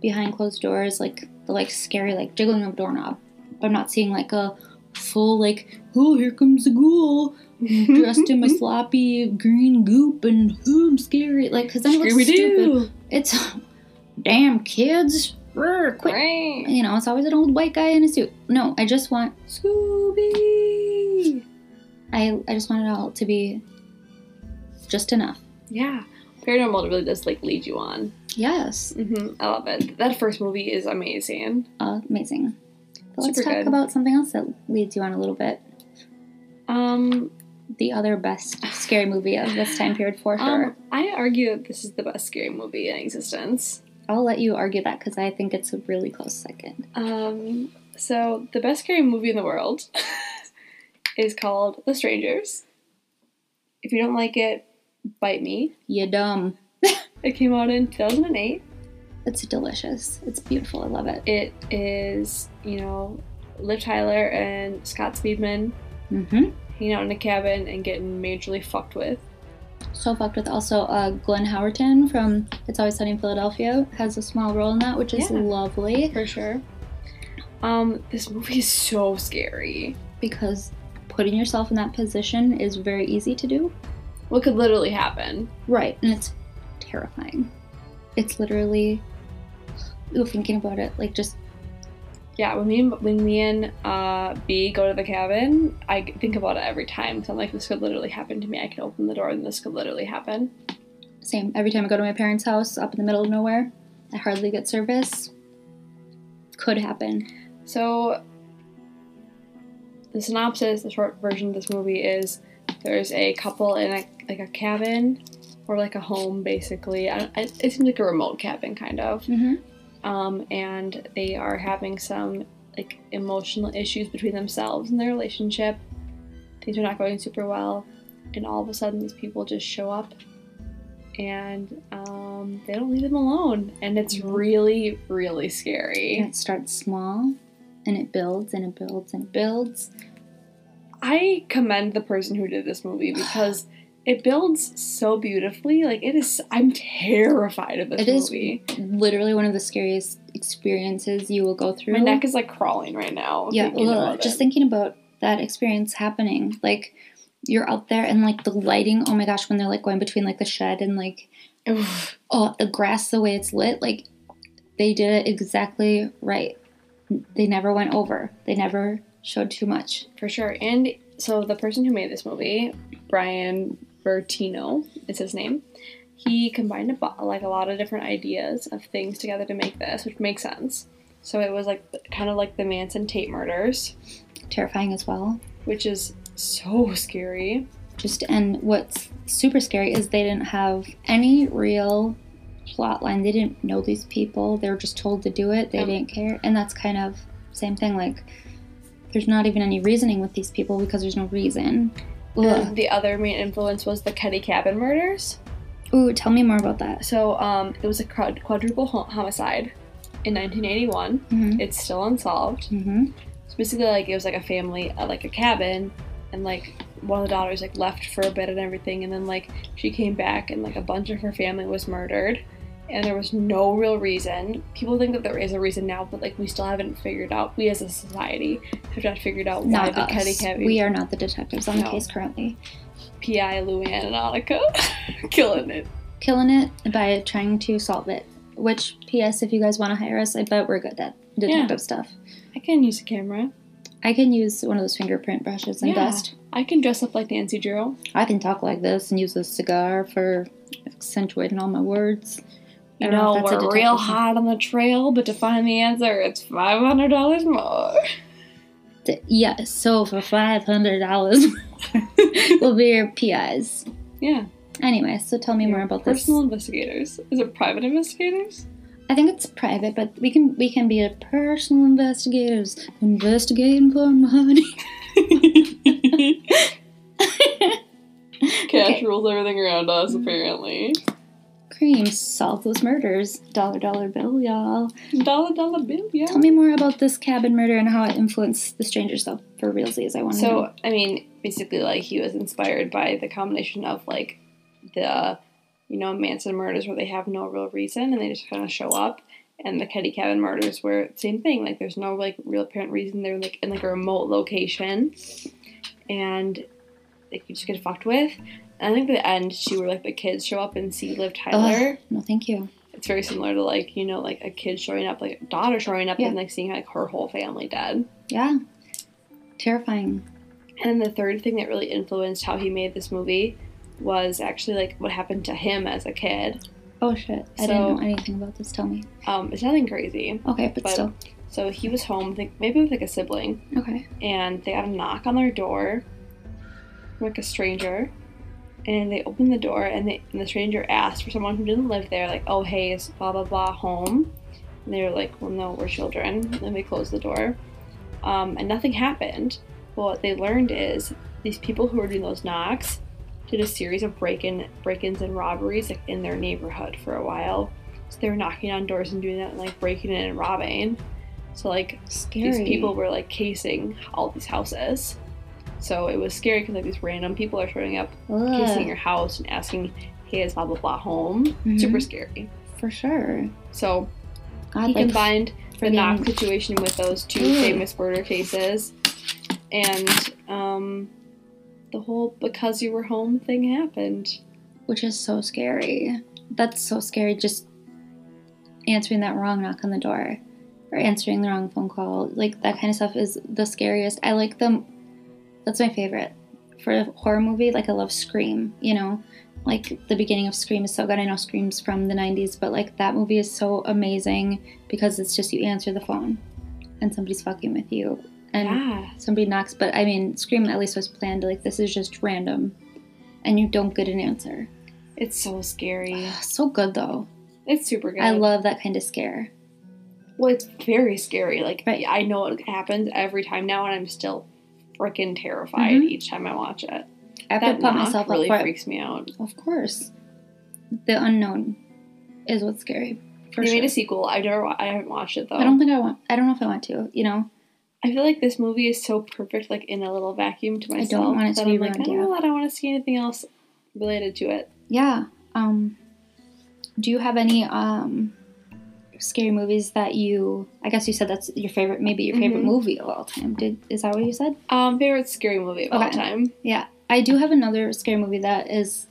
Speaker 2: behind closed doors like the like scary like jiggling of doorknob. I'm not seeing like a full like oh here comes the ghoul dressed in my
Speaker 3: Mm-hmm.
Speaker 2: sloppy green goop and ooh, I'm scary like because then it looks stupid.
Speaker 3: Scooby-Doo.
Speaker 2: It's <laughs> damn kids, Rrr, quick.
Speaker 3: Great.
Speaker 2: <laughs> You know it's always an old white guy in a suit. No, I just want
Speaker 3: Scooby.
Speaker 2: I I just want it all to be just enough.
Speaker 3: Yeah. Paranormal really does like lead you on.
Speaker 2: Yes,
Speaker 3: hmm I love it. That first movie is amazing.
Speaker 2: amazing. But let's
Speaker 3: Super
Speaker 2: talk
Speaker 3: good.
Speaker 2: about something else that leads you on a little bit.
Speaker 3: Um,
Speaker 2: the other best scary movie of this time period for sure.
Speaker 3: <laughs> um, I argue that this is the best scary movie in existence.
Speaker 2: I'll let you argue that because I think it's a really close second.
Speaker 3: Um, so the best scary movie in the world <laughs> is called The Strangers. If you don't like it, bite me.
Speaker 2: You dumb.
Speaker 3: It came out in 2008.
Speaker 2: It's delicious. It's beautiful. I love it.
Speaker 3: It is, you know, Liv Tyler and Scott Speedman
Speaker 2: Mm-hmm.
Speaker 3: hanging out in a cabin and getting majorly fucked with.
Speaker 2: So fucked with also uh, Glenn Howerton from It's Always Sunny in Philadelphia has a small role in that, which is
Speaker 3: Yeah.
Speaker 2: lovely
Speaker 3: For sure. Um, this movie is so scary.
Speaker 2: because putting yourself in that position is very easy to do.
Speaker 3: What could literally happen?
Speaker 2: Right, and it's terrifying. It's literally, ooh, thinking about it, like just
Speaker 3: Yeah, when me and when me and uh, B go to the cabin, I think about it every time. So I'm like, this could literally happen to me. I can open the door and this could literally happen.
Speaker 2: Same. Every time I go to my parents' house up in the middle of nowhere, I hardly get service. Could happen.
Speaker 3: So, the synopsis, the short version of this movie is there's a couple in a, like a cabin or like a home, basically. I, I, it seems like a remote cabin, kind of.
Speaker 2: Mm-hmm.
Speaker 3: um, and they are having some like emotional issues between themselves and their relationship. Things are not going super well, and all of a sudden these people just show up, and um, they don't leave them alone, and it's
Speaker 2: Mm-hmm.
Speaker 3: really really
Speaker 2: And
Speaker 3: scary.
Speaker 2: it starts small, and it builds, and it builds, and it builds.
Speaker 3: I commend the person who did
Speaker 2: <sighs>
Speaker 3: this movie because. It builds so beautifully. Like it is, I'm terrified of this
Speaker 2: It is
Speaker 3: movie.
Speaker 2: Literally one of the scariest experiences you will go through.
Speaker 3: My neck is like crawling right now.
Speaker 2: yeah,
Speaker 3: thinking
Speaker 2: ugh,
Speaker 3: about
Speaker 2: just
Speaker 3: it.
Speaker 2: thinking about that experience happening. Like you're out there, and like the lighting. Oh my gosh, when they're like going between like the shed and like
Speaker 3: Oof.
Speaker 2: oh the grass the way it's lit like they did it exactly right they never went over they never showed too much
Speaker 3: For sure. And so the person who made this movie, Brian Bertino is his name. He combined a, bu- like a lot of different ideas of things together to make this, which makes sense. So it was like kind of like the Manson Tate murders,
Speaker 2: terrifying as well
Speaker 3: which is so scary.
Speaker 2: just and what's super scary is they didn't have any real plot line they didn't know these people they were just told to do it they
Speaker 3: Um,
Speaker 2: didn't care and that's kind of same thing like there's not even any reasoning with these people because there's no reason Ugh.
Speaker 3: And the other main influence was the Ketty Cabin murders.
Speaker 2: Ooh, tell me more about that.
Speaker 3: So um, it was a quad- quadruple ho- homicide in 1981.
Speaker 2: Mm-hmm.
Speaker 3: It's still unsolved.
Speaker 2: Mm-hmm.
Speaker 3: So basically, like it was like a family, uh, like a cabin, and like one of the daughters like left for a bit and everything, and then like she came back and like a bunch of her family was murdered, and there was no real reason. People think that there is a reason now, but like we still haven't figured out. We as a society have not figured out why
Speaker 2: Not
Speaker 3: the Kelly
Speaker 2: us.
Speaker 3: Cabin
Speaker 2: We are not the detectives on the
Speaker 3: No.
Speaker 2: case currently.
Speaker 3: PI Luann and Annika <laughs> killing it.
Speaker 2: killing it by trying to solve it. Which, P.S. If you guys want to hire us, I bet we're good at detective stuff.
Speaker 3: I can use a camera.
Speaker 2: I can use one of those fingerprint brushes and
Speaker 3: Yeah.
Speaker 2: dust.
Speaker 3: I can dress up like Nancy Drew.
Speaker 2: I can talk like this and use a cigar for accentuating all my words. I
Speaker 3: You
Speaker 2: don't
Speaker 3: know,
Speaker 2: if that's a
Speaker 3: we're real
Speaker 2: detective-
Speaker 3: hot on the trail, but to find the answer, it's five hundred dollars more.
Speaker 2: D- Yeah, so for five hundred dollars, <laughs> we'll be your PIs.
Speaker 3: Yeah.
Speaker 2: Anyway, so tell me more about
Speaker 3: Personal investigators. Is it private investigators?
Speaker 2: this. I think it's private, but we can we can be a personal investigators investigating for money.
Speaker 3: Cash
Speaker 2: Okay.
Speaker 3: rules everything around us, apparently.
Speaker 2: <laughs> Cream, solve those murders. Dollar dollar bill, y'all.
Speaker 3: Dollar dollar bill, yeah.
Speaker 2: Tell me more about this cabin murder and how it influenced the strangers, though. For realsies, I want to know.
Speaker 3: So, I mean, basically, like, he was inspired by the combination of, like, the, you know, Manson murders where they have no real reason and they just kind of show up, and the Ketty Cabin murders where, same thing, like, there's no, like, real apparent reason. They're, like, in, like, a remote location, and, like, you just get fucked with. And I think the end, she where, like, the kids show up and see Liv Tyler.
Speaker 2: No, thank you.
Speaker 3: It's very similar to, like, you know, like, a kid showing up, like, a daughter showing up
Speaker 2: Yeah.
Speaker 3: and, like, seeing, like, her whole family dead.
Speaker 2: Yeah, terrifying.
Speaker 3: And the third thing that really influenced how he made this movie was actually like what happened to him as a kid.
Speaker 2: Oh shit! I didn't
Speaker 3: So-
Speaker 2: know anything about this. Tell me.
Speaker 3: Um, it's nothing crazy.
Speaker 2: Okay, but
Speaker 3: But-
Speaker 2: still.
Speaker 3: So he was home, I think maybe with like a sibling,
Speaker 2: Okay.
Speaker 3: and they got a knock on their door from like a stranger. And they opened the door, and, they, and the stranger asked for someone who didn't live there, like, oh, hey, is blah, blah, blah home? And they were like, well, no, we're children. And then they closed the door. Um, and nothing happened. But what they learned is these people who were doing those knocks did a series of break-in, break-ins and robberies like in their neighborhood for a while. So they were knocking on doors and doing that, and like breaking in and robbing. So like
Speaker 2: Scary.
Speaker 3: these people were like casing all these houses. So it was scary because like these random people are showing up,
Speaker 2: Ugh.
Speaker 3: casing your house and asking, "Hey, is blah blah blah home?"
Speaker 2: Mhm.
Speaker 3: Super scary.
Speaker 2: for sure.
Speaker 3: So
Speaker 2: God,
Speaker 3: he
Speaker 2: like,
Speaker 3: combined the
Speaker 2: friggin-
Speaker 3: knock situation with those two
Speaker 2: Ew.
Speaker 3: famous murder cases, and um, the whole "because you were home" thing happened.
Speaker 2: which is so scary. That's so scary. Just answering that wrong knock on the door, or answering the wrong phone call, like that kind of stuff is the scariest. I like them. That's my favorite for a horror movie. Like I love Scream. You know, like the beginning of Scream is so good. I know Scream's from the '90s, but like that movie is so amazing because it's just you answer the phone, and somebody's fucking with you, and
Speaker 3: yeah,
Speaker 2: somebody knocks but i mean scream at least was planned like this is just random and you don't get an answer
Speaker 3: it's so scary.
Speaker 2: so good though
Speaker 3: It's super good.
Speaker 2: i love that kind of scare
Speaker 3: Well, it's very scary. Like
Speaker 2: Right.
Speaker 3: I know it happens every time now, and I'm still freaking terrified
Speaker 2: Mhm.
Speaker 3: each time I watch it.
Speaker 2: i have to
Speaker 3: That
Speaker 2: put
Speaker 3: knock
Speaker 2: myself
Speaker 3: really
Speaker 2: up for it
Speaker 3: freaks me out.
Speaker 2: of course the unknown is what's scary for
Speaker 3: they
Speaker 2: sure
Speaker 3: made a sequel. I never. wa- I haven't watched it though.
Speaker 2: i don't think i want i don't know if i want to you know
Speaker 3: I feel like this movie is so perfect, like in a little vacuum to
Speaker 2: don't
Speaker 3: myself.
Speaker 2: want it to
Speaker 3: that
Speaker 2: be
Speaker 3: I'm like,
Speaker 2: ruined,
Speaker 3: I don't
Speaker 2: yeah.
Speaker 3: know that I want to see anything else related to it.
Speaker 2: yeah um do you have any um scary movies that you i guess you said that's your favorite maybe your favorite
Speaker 3: Mhm.
Speaker 2: movie of all time did is that what you said
Speaker 3: Um, favorite scary movie of all
Speaker 2: Okay.
Speaker 3: time.
Speaker 2: I do have another scary movie that is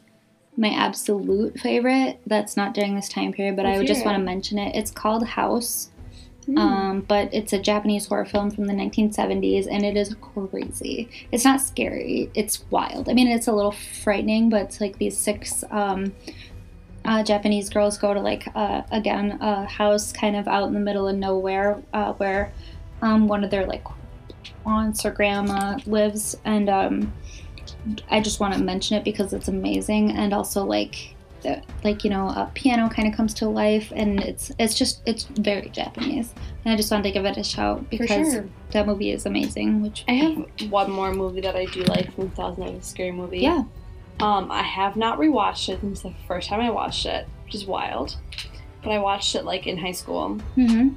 Speaker 2: my absolute favorite. That's not during this time period, but I
Speaker 3: Let's
Speaker 2: would just
Speaker 3: hear it.
Speaker 2: want to mention it. It's called House,
Speaker 3: Hmm.
Speaker 2: um, but it's a Japanese horror film from the 1970s, and it is crazy. It's not scary; it's wild. I mean, it's a little frightening, but it's like these six um, uh, Japanese girls go to like uh, again a house kind of out in the middle of nowhere uh, where um, one of their like aunts or grandma lives, and um, I just want to mention it because it's amazing, and also like the- like you know a piano kind of comes to life and it's it's just it's very japanese and i just wanted to give it a shout
Speaker 3: for
Speaker 2: because
Speaker 3: sure.
Speaker 2: that movie is amazing which
Speaker 3: I have one more movie that I do like from 2009, scary movie.
Speaker 2: yeah
Speaker 3: Um, I have not rewatched it since the first time I watched it, which is wild. But I watched it like in high school.
Speaker 2: hmm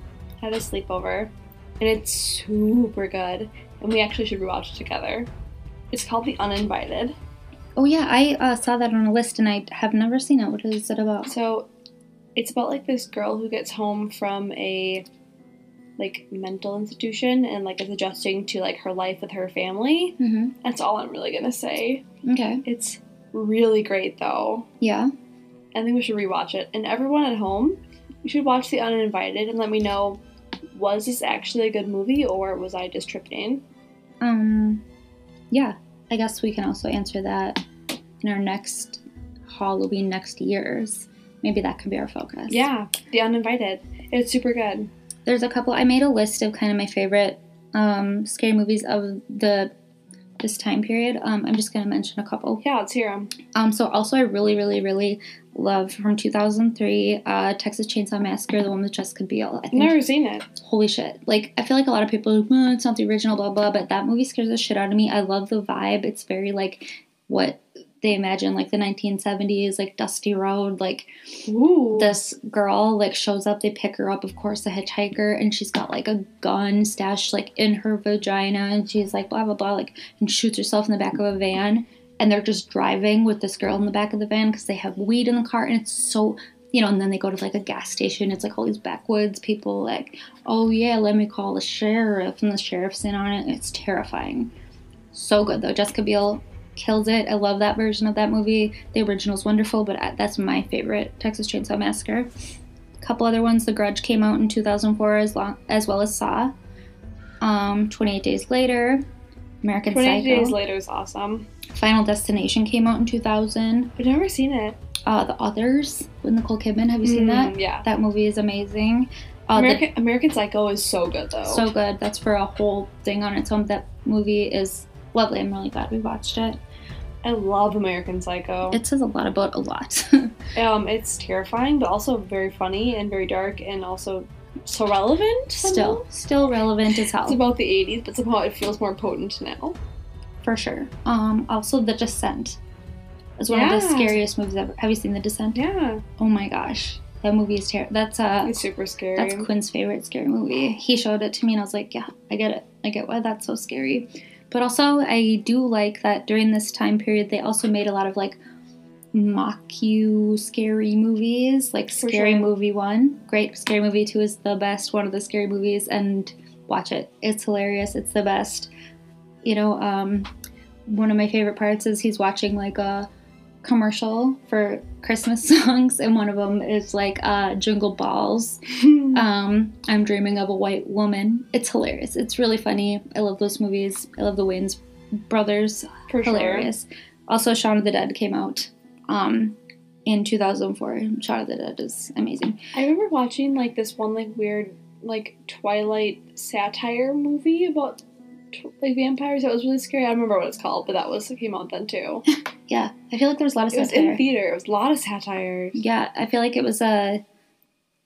Speaker 3: Had a sleepover, and it's super good. And we actually should rewatch it together. It's called The Uninvited.
Speaker 2: oh yeah i uh, saw that on a list and i have never seen it what is it about
Speaker 3: So, it's about like this girl who gets home from a like mental institution and like is adjusting to like her life with her family.
Speaker 2: hmm
Speaker 3: That's all I'm really gonna say.
Speaker 2: okay
Speaker 3: It's really great though.
Speaker 2: yeah
Speaker 3: I think we should rewatch it. And everyone at home, You should watch The Uninvited and let me know was this actually a good movie or was I just tripped in?
Speaker 2: Um, yeah, I guess we can also answer that in our next Halloween next year's. Maybe that can be our focus.
Speaker 3: Yeah, The Uninvited. It's super good.
Speaker 2: There's a couple. I made a list of kind of my favorite um, scary movies of the this time period. Um, I'm just gonna mention a couple.
Speaker 3: Yeah, let's hear them.
Speaker 2: Um, so also I really, really, really love from 2003, uh, Texas Chainsaw Massacre, the one with Jessica Biel. I think
Speaker 3: Never seen it.
Speaker 2: holy shit. Like, I feel like a lot of people are like, "Well, it's not the original, blah, blah, but that movie scares the shit out of me. I love the vibe. It's very, like, what they imagine, like, the 1970s, like, Dusty Road. Like,
Speaker 3: Ooh.
Speaker 2: this girl, like, shows up, they pick her up, of course, a hitchhiker, and she's got, like, a gun stashed, like, in her vagina, and she's, like, blah, blah, blah, like, and shoots herself in the back of a van. And they're just driving with this girl in the back of the van because they have weed in the car, and it's so, you know, and then they go to, like, a gas station. It's, like, all these backwoods people, like, oh yeah, let me call the sheriff, and the sheriff's in on it. It's terrifying. So good though. Jessica Biel kills it. I love that version of that movie. The original's wonderful, but I- that's my favorite Texas Chainsaw Massacre. A couple other ones. The Grudge came out in 2004 as long as well as Saw. Um, 28 Days Later, American
Speaker 3: 28
Speaker 2: Psycho.
Speaker 3: Days Later is awesome.
Speaker 2: Final Destination came out in 2000.
Speaker 3: I've never seen it.
Speaker 2: Uh, the Others with Nicole Kidman. Have you seen that?
Speaker 3: Mm, Yeah.
Speaker 2: That movie is amazing. Uh, the-
Speaker 3: American, American Psycho is so good though.
Speaker 2: so good. That's for a whole thing on its own. That movie is lovely. I'm really glad we watched it.
Speaker 3: I love American Psycho.
Speaker 2: It says a lot about a lot. <laughs>
Speaker 3: um, it's terrifying, but also very funny and very dark, and also so relevant. somehow.
Speaker 2: still, still relevant as
Speaker 3: it's
Speaker 2: hell
Speaker 3: about the '80s, but somehow it feels more potent now.
Speaker 2: for sure. Um, also, The Descent is one of the
Speaker 3: Yeah.
Speaker 2: scariest movies ever. Have you seen The Descent?
Speaker 3: Yeah,
Speaker 2: Oh my gosh, that movie is terrible. That's uh,
Speaker 3: it's super scary. <laughs>
Speaker 2: that's Quinn's favorite scary movie. He showed it to me, and I was like, yeah, I get it. I get why that's so scary. But also, I do like that during this time period, they also made a lot of like mock you scary movies. Like
Speaker 3: For
Speaker 2: Scary
Speaker 3: sure.
Speaker 2: Movie 1, great. Scary Movie 2 is the best one of the scary movies, and watch it. It's hilarious. It's the best. You know, um, one of my favorite parts is he's watching like a commercial for Christmas <laughs> songs, and one of them is like uh, Jingle Balls um, I'm dreaming of a white woman. It's hilarious. It's really funny. I love those movies. I love the Wayne's brothers.
Speaker 3: For sure.
Speaker 2: Hilarious. Also, Shaun of the Dead came out um, in 2004. Shaun of the Dead is amazing.
Speaker 3: I remember watching like this one like weird like Twilight satire movie about tw- like vampires. That was really scary. I don't remember what it's called, but that was it came out then too. it
Speaker 2: Yeah, I feel like there was a lot of
Speaker 3: was
Speaker 2: satire.
Speaker 3: in theater. It was a lot of satires.
Speaker 2: yeah, I feel like it was a.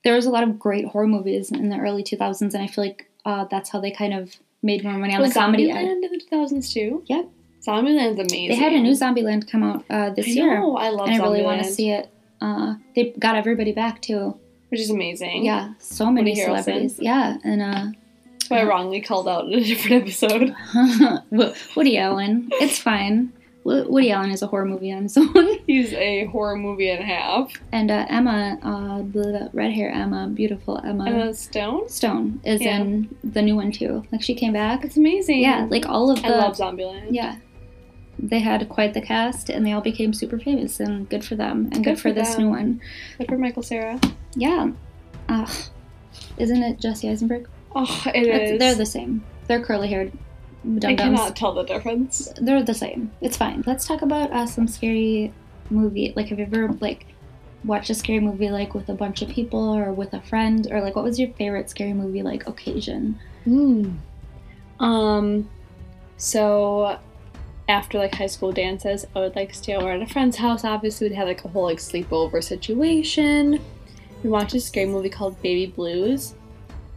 Speaker 2: There was a lot of great horror movies in the early 2000s, and I feel like uh, that's how they kind of made more money on
Speaker 3: was
Speaker 2: the comedy end.
Speaker 3: Zombieland in the 2000s too?
Speaker 2: Yep.
Speaker 3: Zombieland's amazing.
Speaker 2: They had a new Zombieland come out uh, this
Speaker 3: I
Speaker 2: year,
Speaker 3: know, I love
Speaker 2: and I really
Speaker 3: want
Speaker 2: want to see it. Uh, they got everybody back too.
Speaker 3: Which is amazing.
Speaker 2: Yeah, so many
Speaker 3: Woody Harrelson.
Speaker 2: celebrities. Yeah, and
Speaker 3: That's why I wrongly called out in a different <laughs> episode.
Speaker 2: uh, <laughs> Wo- Woody Allen. It's fine. Wo- Woody Allen is a horror movie on his <laughs> own.
Speaker 3: He's a horror movie and a half.
Speaker 2: And uh, Emma, uh, the red hair Emma, beautiful Emma
Speaker 3: Emma Stone?
Speaker 2: Stone is
Speaker 3: Yeah.
Speaker 2: in the new one too. Like she came back.
Speaker 3: It's amazing.
Speaker 2: Yeah, like all of the.
Speaker 3: I love Zombieland.
Speaker 2: yeah. They had quite the cast, and they all became super famous, and good for them, and good,
Speaker 3: Good
Speaker 2: for,
Speaker 3: for
Speaker 2: this
Speaker 3: them.
Speaker 2: new one.
Speaker 3: Good for Michael Sarah.
Speaker 2: Yeah. Ugh. Isn't it Jesse Eisenberg?
Speaker 3: Oh, it
Speaker 2: That's-
Speaker 3: is.
Speaker 2: They're the same. They're curly-haired
Speaker 3: I
Speaker 2: dum-dums.
Speaker 3: cannot tell the difference.
Speaker 2: they're the same. It's fine. Let's talk about uh, some scary movie. Like, have you ever like watched a scary movie like with a bunch of people or with a friend or like what was your favorite scary movie like occasion? Mm.
Speaker 3: Hmm. Um. So, after like high school dances, I would like stay over at a friend's house. Obviously, we'd have like a whole like sleepover situation. We watched a scary movie called Baby Blues,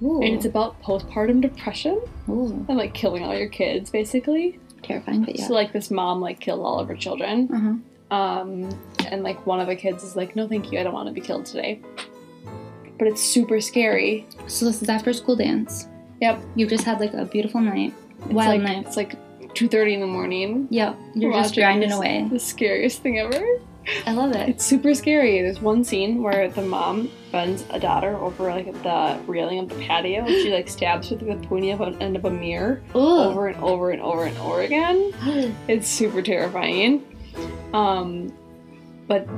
Speaker 2: Ooh,
Speaker 3: and it's about postpartum depression
Speaker 2: Ooh.
Speaker 3: and like killing all your kids, basically.
Speaker 2: terrifying, but yeah.
Speaker 3: So like this mom like killed all of her children,
Speaker 2: uh huh.
Speaker 3: um, and like one of the kids is like, "No, thank you, I don't want to be killed today." But it's super scary.
Speaker 2: So this is after school dance.
Speaker 3: Yep.
Speaker 2: You've just had like a beautiful night,
Speaker 3: It's
Speaker 2: wild
Speaker 3: like
Speaker 2: night.
Speaker 3: it's like two thirty in the morning. <laughs>
Speaker 2: Yep. You're just
Speaker 3: Watching
Speaker 2: grinding
Speaker 3: this- <laughs>
Speaker 2: away.
Speaker 3: the scariest thing ever.
Speaker 2: I love it.
Speaker 3: It's super scary. There's one scene where the mom bends a daughter over like the railing of the patio. and She like stabs her through the puny of an end of a mirror <gasps>
Speaker 2: Ooh.
Speaker 3: over and over and over and over again. It's super terrifying. Um, but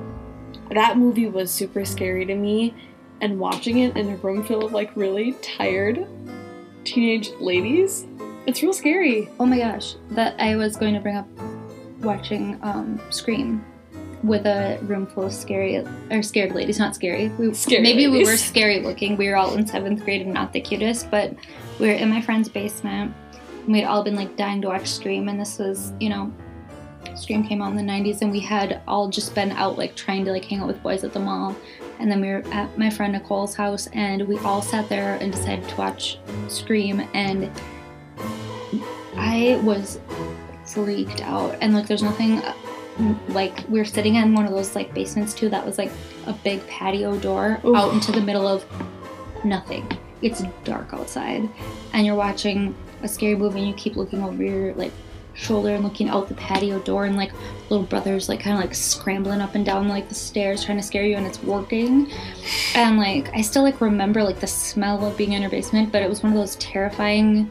Speaker 3: that movie was super scary to me. and watching it in a room full of like really tired teenage ladies. It's real scary.
Speaker 2: Oh my gosh, that I was going to bring up watching um, Scream with a room full of scary or scared ladies. Not scary. We,
Speaker 3: Scary
Speaker 2: maybe
Speaker 3: ladies. <laughs>
Speaker 2: we were scary looking. We were all in seventh grade and not the cutest, but we were in my friend's basement. And we had all been like dying to watch Scream, and this was you know. Scream came out in the 90s, and we had all just been out like trying to like hang out with boys at the mall, and then we were at my friend Nicole's house, and we all sat there and decided to watch Scream, and I was freaked out, and like there's nothing like we were sitting in one of those like basements too that was like a big patio door
Speaker 3: Oof.
Speaker 2: out into the middle of nothing it's dark outside and you're watching a scary movie and you keep looking over your like shoulder and looking out the patio door and like little brothers like kind of like scrambling up and down like the stairs trying to scare you and it's working and like i still like remember like the smell of being in her basement but it was one of those terrifying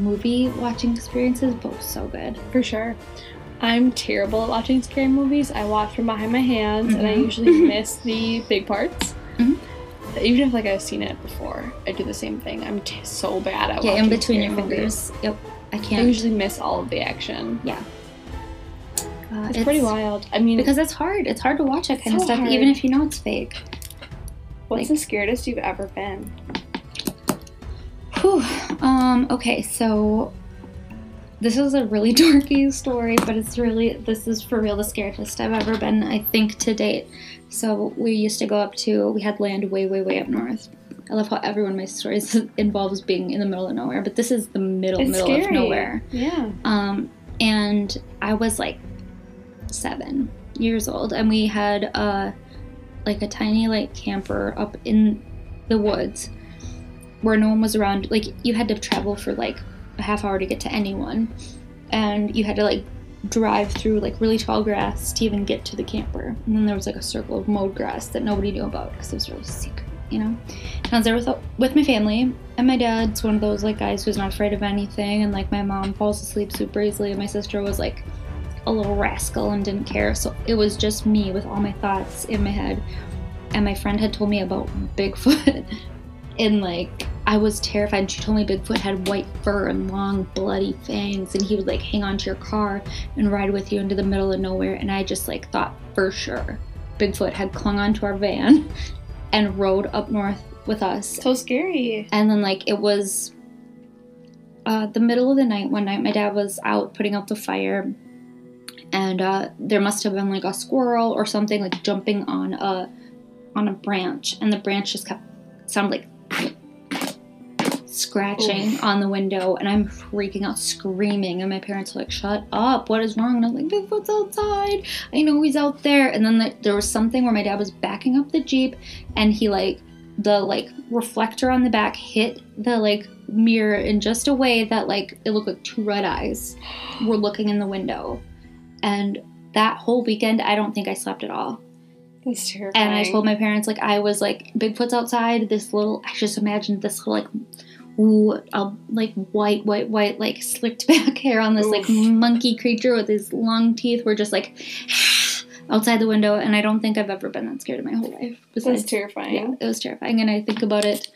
Speaker 2: movie watching experiences but it was so good
Speaker 3: For sure. I'm terrible at watching scary movies. I watch from behind my hands and I
Speaker 2: Mhm.
Speaker 3: usually miss the big parts.
Speaker 2: Mhm.
Speaker 3: Even if like I've seen it before, I do the same thing. I'm t- so bad at
Speaker 2: yeah in
Speaker 3: watching
Speaker 2: between
Speaker 3: scary
Speaker 2: your
Speaker 3: movies.
Speaker 2: fingers yep i
Speaker 3: I
Speaker 2: can't
Speaker 3: usually miss all of the action.
Speaker 2: Uh,
Speaker 3: It's, pretty wild. I mean,
Speaker 2: because it's hard. It's hard to watch that kind
Speaker 3: so
Speaker 2: of stuff,
Speaker 3: hard.
Speaker 2: even if you know it's fake. like-
Speaker 3: what's the scariest you've ever been?
Speaker 2: Whew. Um, okay, so this is a really <laughs> dorky story, but it's really this is for real the scariest I've ever been, I think, to date. So we used to go up to we had land way, way, way up north. I love how every one of my stories <laughs> involves being in the middle of nowhere, but this is the middle,
Speaker 3: It's
Speaker 2: middle of
Speaker 3: scary.
Speaker 2: nowhere.
Speaker 3: Yeah.
Speaker 2: Um, and I was like seven years old, and we had a like a tiny like camper up in the woods where no one was around. Like you had to travel for like a half hour to get to anyone, and you had to like drive through like really tall grass to even get to the camper. And then there was like a circle of mowed grass that nobody knew about because it was really secret, you know. And I was there with with my family, and my dad's one of those like guys who's not afraid of anything, and like my mom falls asleep super easily, and my sister was like a little rascal and didn't care. So it was just me with all my thoughts in my head, and my friend had told me about Bigfoot, <laughs> and like I was terrified. She told me Bigfoot had white fur and long bloody fangs, and he would like hang onto your car and ride with you into the middle of nowhere. And I just like thought for sure Bigfoot had clung onto our van <laughs> and rode up north with us
Speaker 3: So scary.
Speaker 2: and then like it was uh, the middle of the night one night my dad was out putting out the fire and uh, there must have been like a squirrel or something like jumping on a on a branch and the branch just kept sounded like scratching on the window and i'm freaking out screaming and my parents were like shut up what is wrong and i'm like bigfoot's outside i know he's out there and then like, there was something where my dad was backing up the jeep and he like the like reflector on the back hit the like mirror in just a way that like it looked like two red eyes were looking in the window and that whole weekend i don't think i slept at all
Speaker 3: That's terrifying.
Speaker 2: and i told my parents like i was like bigfoot's outside this little i just imagined this little like ooh, a, like white white white like slicked <laughs> back hair on this like
Speaker 3: Oof.
Speaker 2: monkey creature with his long teeth were just like <sighs> outside the window and i don't think i've ever been that scared in my whole life
Speaker 3: That's
Speaker 2: besides
Speaker 3: terrifying.
Speaker 2: yeah, it was terrifying, and I think about it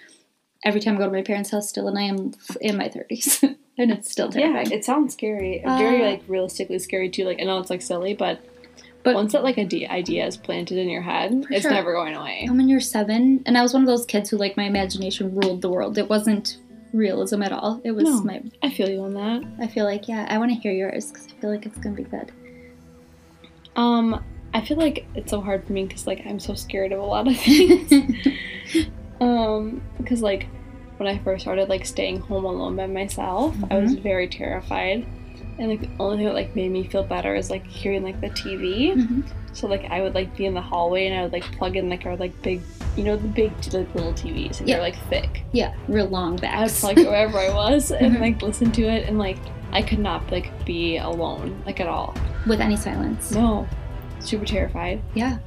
Speaker 2: every time I go to my parents' house still, and I am in my thirties, <laughs> and it's still
Speaker 3: Yeah,
Speaker 2: terrifying.
Speaker 3: it sounds scary. Very
Speaker 2: Uh,
Speaker 3: like realistically scary too. Like I know it's like silly, but
Speaker 2: But-
Speaker 3: once that like a d- idea is planted in your head,
Speaker 2: For
Speaker 3: it's
Speaker 2: sure.
Speaker 3: never going away.
Speaker 2: I'm when you're seven, and I was one of those kids who like my imagination ruled the world. It wasn't realism at all. It was
Speaker 3: No.
Speaker 2: my.
Speaker 3: I feel you on that.
Speaker 2: I feel like yeah, I want to hear yours because I feel like it's gonna be good.
Speaker 3: Um, I feel like it's so hard for me because like I'm so scared of a lot of <laughs> things. um, because like when I first started like staying home alone by myself, I was very terrified. And like the only thing that like made me feel better is like hearing like the TV.
Speaker 2: Mhm.
Speaker 3: So like I would like be in the hallway and I would like plug in like our like big, you know the big like little TVs and
Speaker 2: Yeah.
Speaker 3: they're like thick.
Speaker 2: Yeah, real long
Speaker 3: I would
Speaker 2: backs.
Speaker 3: plug it wherever I was and
Speaker 2: Mhm.
Speaker 3: like listen to it and like I could not like be alone like at all.
Speaker 2: with any silence.
Speaker 3: No, super terrified.
Speaker 2: Yeah.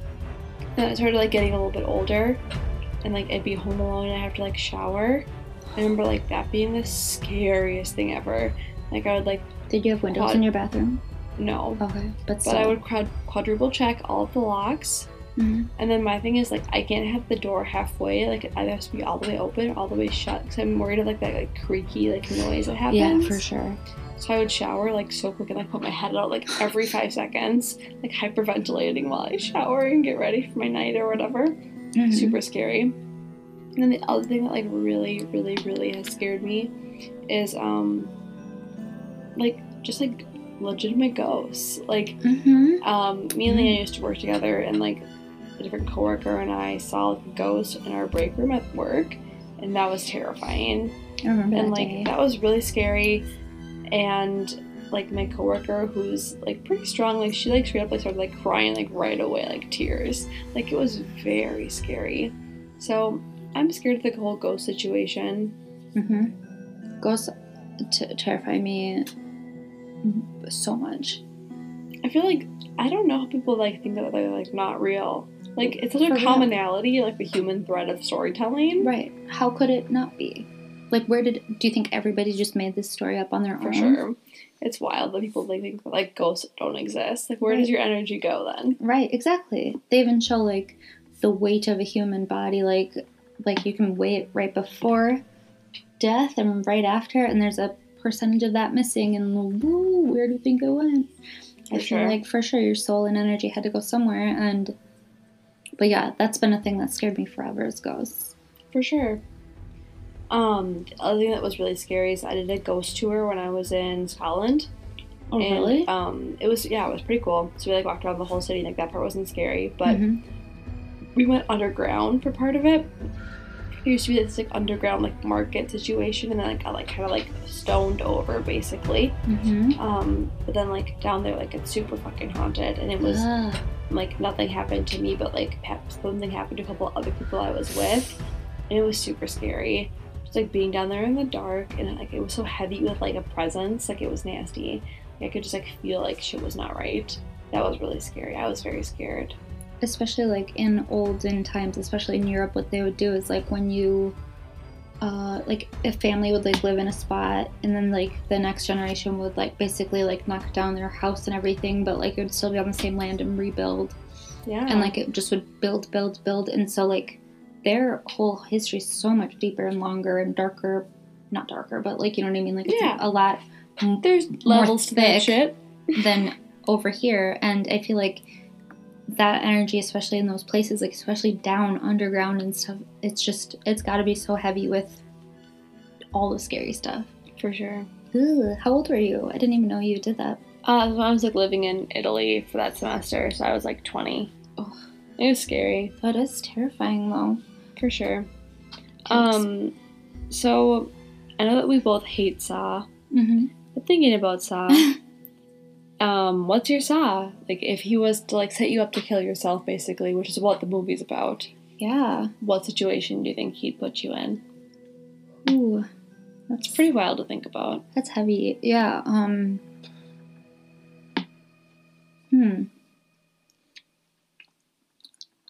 Speaker 3: Then I started like getting a little bit older, and like I'd be home alone and I have to like shower. I remember like that being the scariest thing ever. Like I would like
Speaker 2: Did you have windows
Speaker 3: Quad-
Speaker 2: in your bathroom?
Speaker 3: no,
Speaker 2: Okay, but
Speaker 3: but
Speaker 2: still.
Speaker 3: I would quad- quadruple check all of the locks.
Speaker 2: Mhm.
Speaker 3: And then my thing is like I can't have the door halfway. Like it either has to be all the way open or all the way shut. Because I'm worried of like that like creaky like noise that happens.
Speaker 2: Yeah, for sure.
Speaker 3: So I would shower like so quick and like put my head out like every five seconds, like hyperventilating while I shower and get ready for my night or whatever.
Speaker 2: Mhm.
Speaker 3: Super scary. And then the other thing that like really, really, really has scared me is um like just like legitimate ghosts. Like
Speaker 2: Mhm.
Speaker 3: um, me and Leanne used to work together, and like a different coworker and I saw like, a ghost in our break room at work, and that was terrifying.
Speaker 2: I remember
Speaker 3: and
Speaker 2: that
Speaker 3: like
Speaker 2: day.
Speaker 3: that was really scary. And like my coworker, who's like pretty strong, like she like straight up like started like crying like right away, like tears. Like it was very scary. So I'm scared of the whole ghost situation.
Speaker 2: Mm-hmm. Ghosts t- terrify me
Speaker 3: Mm-hmm.
Speaker 2: so much.
Speaker 3: I feel like I don't know how people like think that they're like not real. Like it's such a
Speaker 2: For real.
Speaker 3: commonality, like the human thread of storytelling.
Speaker 2: Right. How could it not be? Like, where did. Do you think everybody just made this story up on their
Speaker 3: for
Speaker 2: own?
Speaker 3: sure. It's wild that people like think that, like ghosts don't exist. Like where does
Speaker 2: Right.
Speaker 3: your energy go then?
Speaker 2: Right, exactly. They even show, like, the weight of a human body. Like, like you can weigh it right before death and right after, and there's a percentage of that missing, and woo, where do you think it went? I feel
Speaker 3: For sure.
Speaker 2: like for sure your soul and energy had to go somewhere, and. But yeah, that's been a thing that scared me forever is ghosts.
Speaker 3: For sure. Um, the other thing that was really scary is I did a ghost tour when I was in Scotland.
Speaker 2: Oh,
Speaker 3: and, Um, it was yeah, it was pretty cool. So we like walked around the whole city. Like that part wasn't scary, but
Speaker 2: Mhm.
Speaker 3: we went underground for part of it. It used to be this like underground like market situation, and then like got like kind of like stoned over basically.
Speaker 2: Mhm.
Speaker 3: Um, but then like down there like it's super fucking haunted, and it was
Speaker 2: Ah,
Speaker 3: like nothing happened to me, but like perhaps something happened to a couple other people I was with, and it was super scary. Just like being down there in the dark, and like it was so heavy with like a presence, like it was nasty. Like, I could just like feel like shit was not right. That was really scary. I was very scared.
Speaker 2: especially like in olden times, especially in Europe, what they would do is like when you, uh, like a family would like live in a spot, and then like the next generation would like basically like knock down their house and everything, but like it would still be on the same land and rebuild,
Speaker 3: Yeah.
Speaker 2: and like it just would build, build, build, and so like their whole history is so much deeper and longer and darker, not darker, but like you know what I mean, like it's
Speaker 3: Yeah.
Speaker 2: a lot
Speaker 3: there's levels to
Speaker 2: thick.
Speaker 3: that shit.
Speaker 2: than over here and i feel like that energy especially in those places like especially down underground and stuff it's just it's got to be so heavy with all the scary stuff
Speaker 3: For sure.
Speaker 2: Ugh, how old were you i didn't even know you did that
Speaker 3: Uh, when I was like living in Italy for that semester, so I was like 20.
Speaker 2: Ugh.
Speaker 3: It was scary.
Speaker 2: that is terrifying though
Speaker 3: For sure.
Speaker 2: Yikes.
Speaker 3: Um, so I know that we both hate Saw,
Speaker 2: mm-hmm.
Speaker 3: but thinking
Speaker 2: <laughs>
Speaker 3: about Saw, um, what's your Saw? Like, if he was to like set you up to kill yourself, basically, which is what the movie's about,
Speaker 2: yeah
Speaker 3: what situation do you think he'd put you in?
Speaker 2: ooh
Speaker 3: It's pretty wild to think about.
Speaker 2: That's heavy. Yeah. Um. Hmm.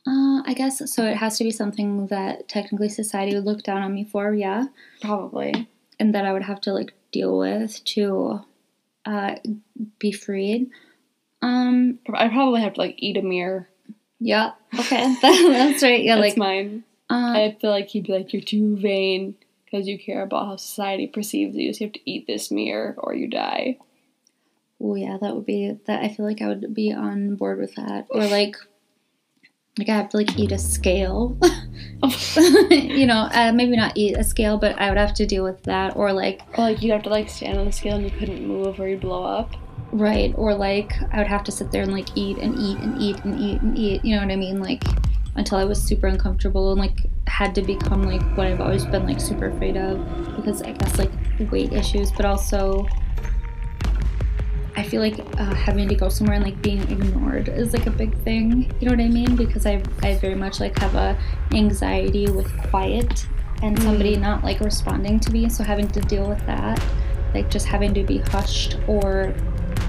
Speaker 2: Uh, I guess so. It has to be something that technically society would look down on me for, yeah,
Speaker 3: Probably.
Speaker 2: and that I would have to like deal with to uh, be freed. Um.
Speaker 3: I probably have to like eat a mirror.
Speaker 2: Yeah. Okay. <laughs> that's right. Yeah.
Speaker 3: That's
Speaker 2: like.
Speaker 3: mine.
Speaker 2: uh,
Speaker 3: I feel like he'd be like, "You're too vain because you care about how society perceives you. So you have to eat this mirror or
Speaker 2: <laughs>
Speaker 3: you die."
Speaker 2: oh yeah, that would be that. I feel like I would be on board with that, or like, like I have to like eat a scale. <laughs> you know, uh, maybe not eat a scale, but I would have to deal with that, or like,
Speaker 3: Or like you'd have to like stand on the scale and you couldn't move or you'd blow up.
Speaker 2: right, or like, I would have to sit there and like eat and eat and eat and eat and eat, you know what I mean? Like, until I was super uncomfortable and like had to become like what I've always been like super afraid of because I guess like weight issues, but also I feel like uh, having to go somewhere and like being ignored is like a big thing, you know what I mean? Because I, I very much like have a anxiety with quiet and somebody not like responding to me, so having to deal with that, like just having to be hushed or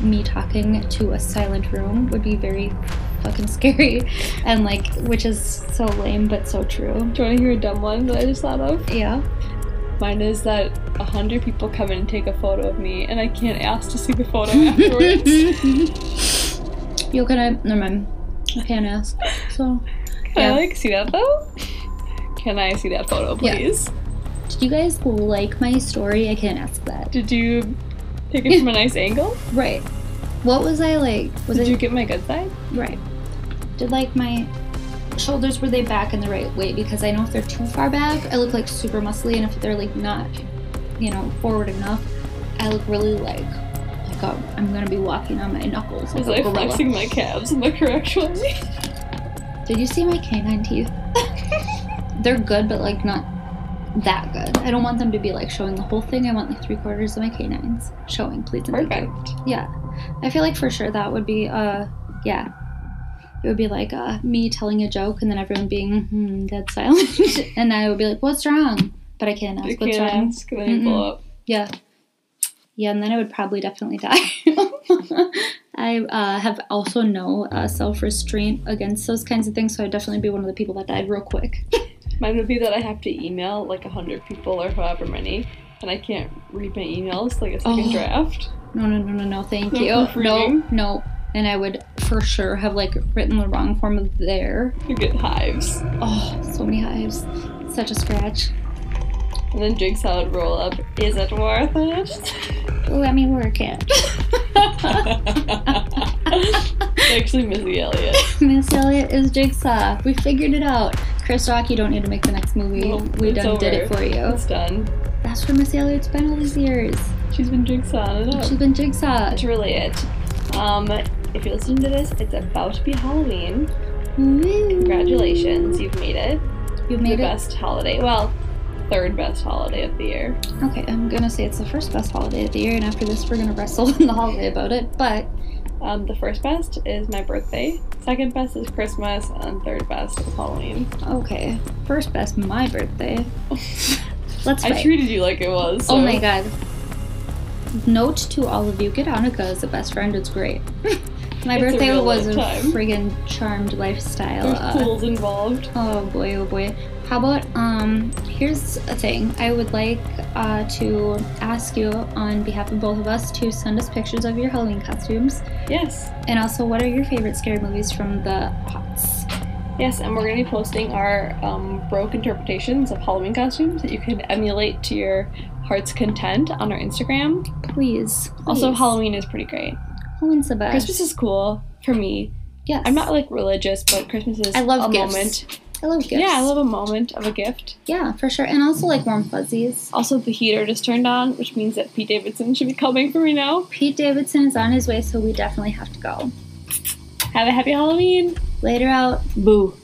Speaker 2: me talking to a silent room would be very fucking <laughs> scary and like which is so lame but so true
Speaker 3: Do you want to hear a dumb one that I just thought of?
Speaker 2: yeah
Speaker 3: Mine is that a hundred people come in and take a photo of me, and
Speaker 2: <laughs>
Speaker 3: I <laughs> can't ask to see the photo afterwards.
Speaker 2: you can i never mind Pan asked. So,
Speaker 3: Can
Speaker 2: Yeah.
Speaker 3: I like see that though? Can I see that photo,
Speaker 2: Yeah.
Speaker 3: please?
Speaker 2: did you guys like my story? I can't ask that.
Speaker 3: Did you take it from a nice angle?
Speaker 2: Right. What was I like? Was
Speaker 3: Did
Speaker 2: I
Speaker 3: you get my good side?
Speaker 2: right? Did like my shoulders were they back in the right way? Because I know if they're too far back, I look like super muscly, and if they're like not, you know, forward enough, I look really like like a, I'm gonna be walking on my knuckles.
Speaker 3: Was
Speaker 2: like a
Speaker 3: I
Speaker 2: gorilla.
Speaker 3: flexing my calves in the correct way?
Speaker 2: Did you see my canine
Speaker 3: <laughs>
Speaker 2: teeth? They're good, but like not that good. I don't want them to be like showing the whole thing. I want like three quarters of my canines showing, please. and thank you.
Speaker 3: Perfect.
Speaker 2: I feel like for sure that would be uh yeah. It would be like uh, me telling a joke and then everyone being hmm, dead silent, <laughs> and I would be like, "What's wrong?" But I can't
Speaker 3: You
Speaker 2: ask what's
Speaker 3: can't
Speaker 2: wrong.
Speaker 3: ask, and then you blow up.
Speaker 2: Yeah, yeah, and then I would probably definitely die. <laughs> I uh, have also no uh, self restraint against those kinds of things, so I'd definitely be one of the people that died real quick.
Speaker 3: Mine would be that I have to email like a hundred people or however many, and I can't read my emails like a second
Speaker 2: Oh.
Speaker 3: draft.
Speaker 2: No, no, no, no, no. Thank
Speaker 3: No
Speaker 2: you. No,
Speaker 3: proofreading?
Speaker 2: no. And I would for sure have like written the wrong form of there.
Speaker 3: You get hives,
Speaker 2: Oh, so many hives. Such a scratch.
Speaker 3: and then Jigsaw would roll up. Is it worth it?
Speaker 2: Let me work it.
Speaker 3: <laughs>
Speaker 2: <laughs>
Speaker 3: Actually, Missy Elliott.
Speaker 2: Miss Elliot is Jigsaw. We figured it out. Chris Rock, you don't need to make the next movie.
Speaker 3: Nope,
Speaker 2: we
Speaker 3: it's
Speaker 2: done did it
Speaker 3: over.
Speaker 2: for you.
Speaker 3: It's done.
Speaker 2: That's where Miss Elliot's been all these years.
Speaker 3: She's been Jigsawing it up.
Speaker 2: She's been Jigsaw.
Speaker 3: That's really it. Um, if you're listening to this, it's about to be Halloween.
Speaker 2: Woo.
Speaker 3: Congratulations, you've made it.
Speaker 2: You made
Speaker 3: the
Speaker 2: it.
Speaker 3: best holiday. Well, third best holiday of the year.
Speaker 2: Okay, I'm gonna say it's the first best holiday of the year, and after this, we're gonna wrestle in the holiday about it. But
Speaker 3: Um, the first best is my birthday. Second best is Christmas, and third best is Halloween.
Speaker 2: okay, first best, my
Speaker 3: <laughs>
Speaker 2: birthday. Let's
Speaker 3: I
Speaker 2: fight.
Speaker 3: treated you like it was.
Speaker 2: Oh
Speaker 3: so-
Speaker 2: my god. Note to all of you, get Annika as a best friend. It's great. <laughs> My
Speaker 3: It's a
Speaker 2: birthday
Speaker 3: real
Speaker 2: was a
Speaker 3: good time.
Speaker 2: friggin' charmed lifestyle.
Speaker 3: There's
Speaker 2: Uh,
Speaker 3: pools involved.
Speaker 2: Oh boy, oh boy. How about um here's a thing. I would like uh to ask you on behalf of both of us to send us pictures of your Halloween costumes.
Speaker 3: Yes.
Speaker 2: And also what are your favorite scary movies from the aughts?
Speaker 3: Yes, and we're going to be posting our um, broke interpretations of Halloween costumes that you can emulate to your heart's content on our Instagram.
Speaker 2: Please.
Speaker 3: Also,
Speaker 2: please.
Speaker 3: Halloween is pretty great.
Speaker 2: Halloween's the best.
Speaker 3: Christmas is cool for me.
Speaker 2: Yes.
Speaker 3: I'm not like religious, but Christmas is
Speaker 2: I love
Speaker 3: a
Speaker 2: gifts.
Speaker 3: moment.
Speaker 2: I love gifts.
Speaker 3: Yeah, I love a moment of a gift.
Speaker 2: Yeah, for sure. And also like warm fuzzies.
Speaker 3: Also, the heater just turned on, which means that Pete Davidson should be coming for me now.
Speaker 2: Pete Davidson is on his way, so we definitely have to go.
Speaker 3: Have a happy Halloween.
Speaker 2: Later out.
Speaker 3: Boo.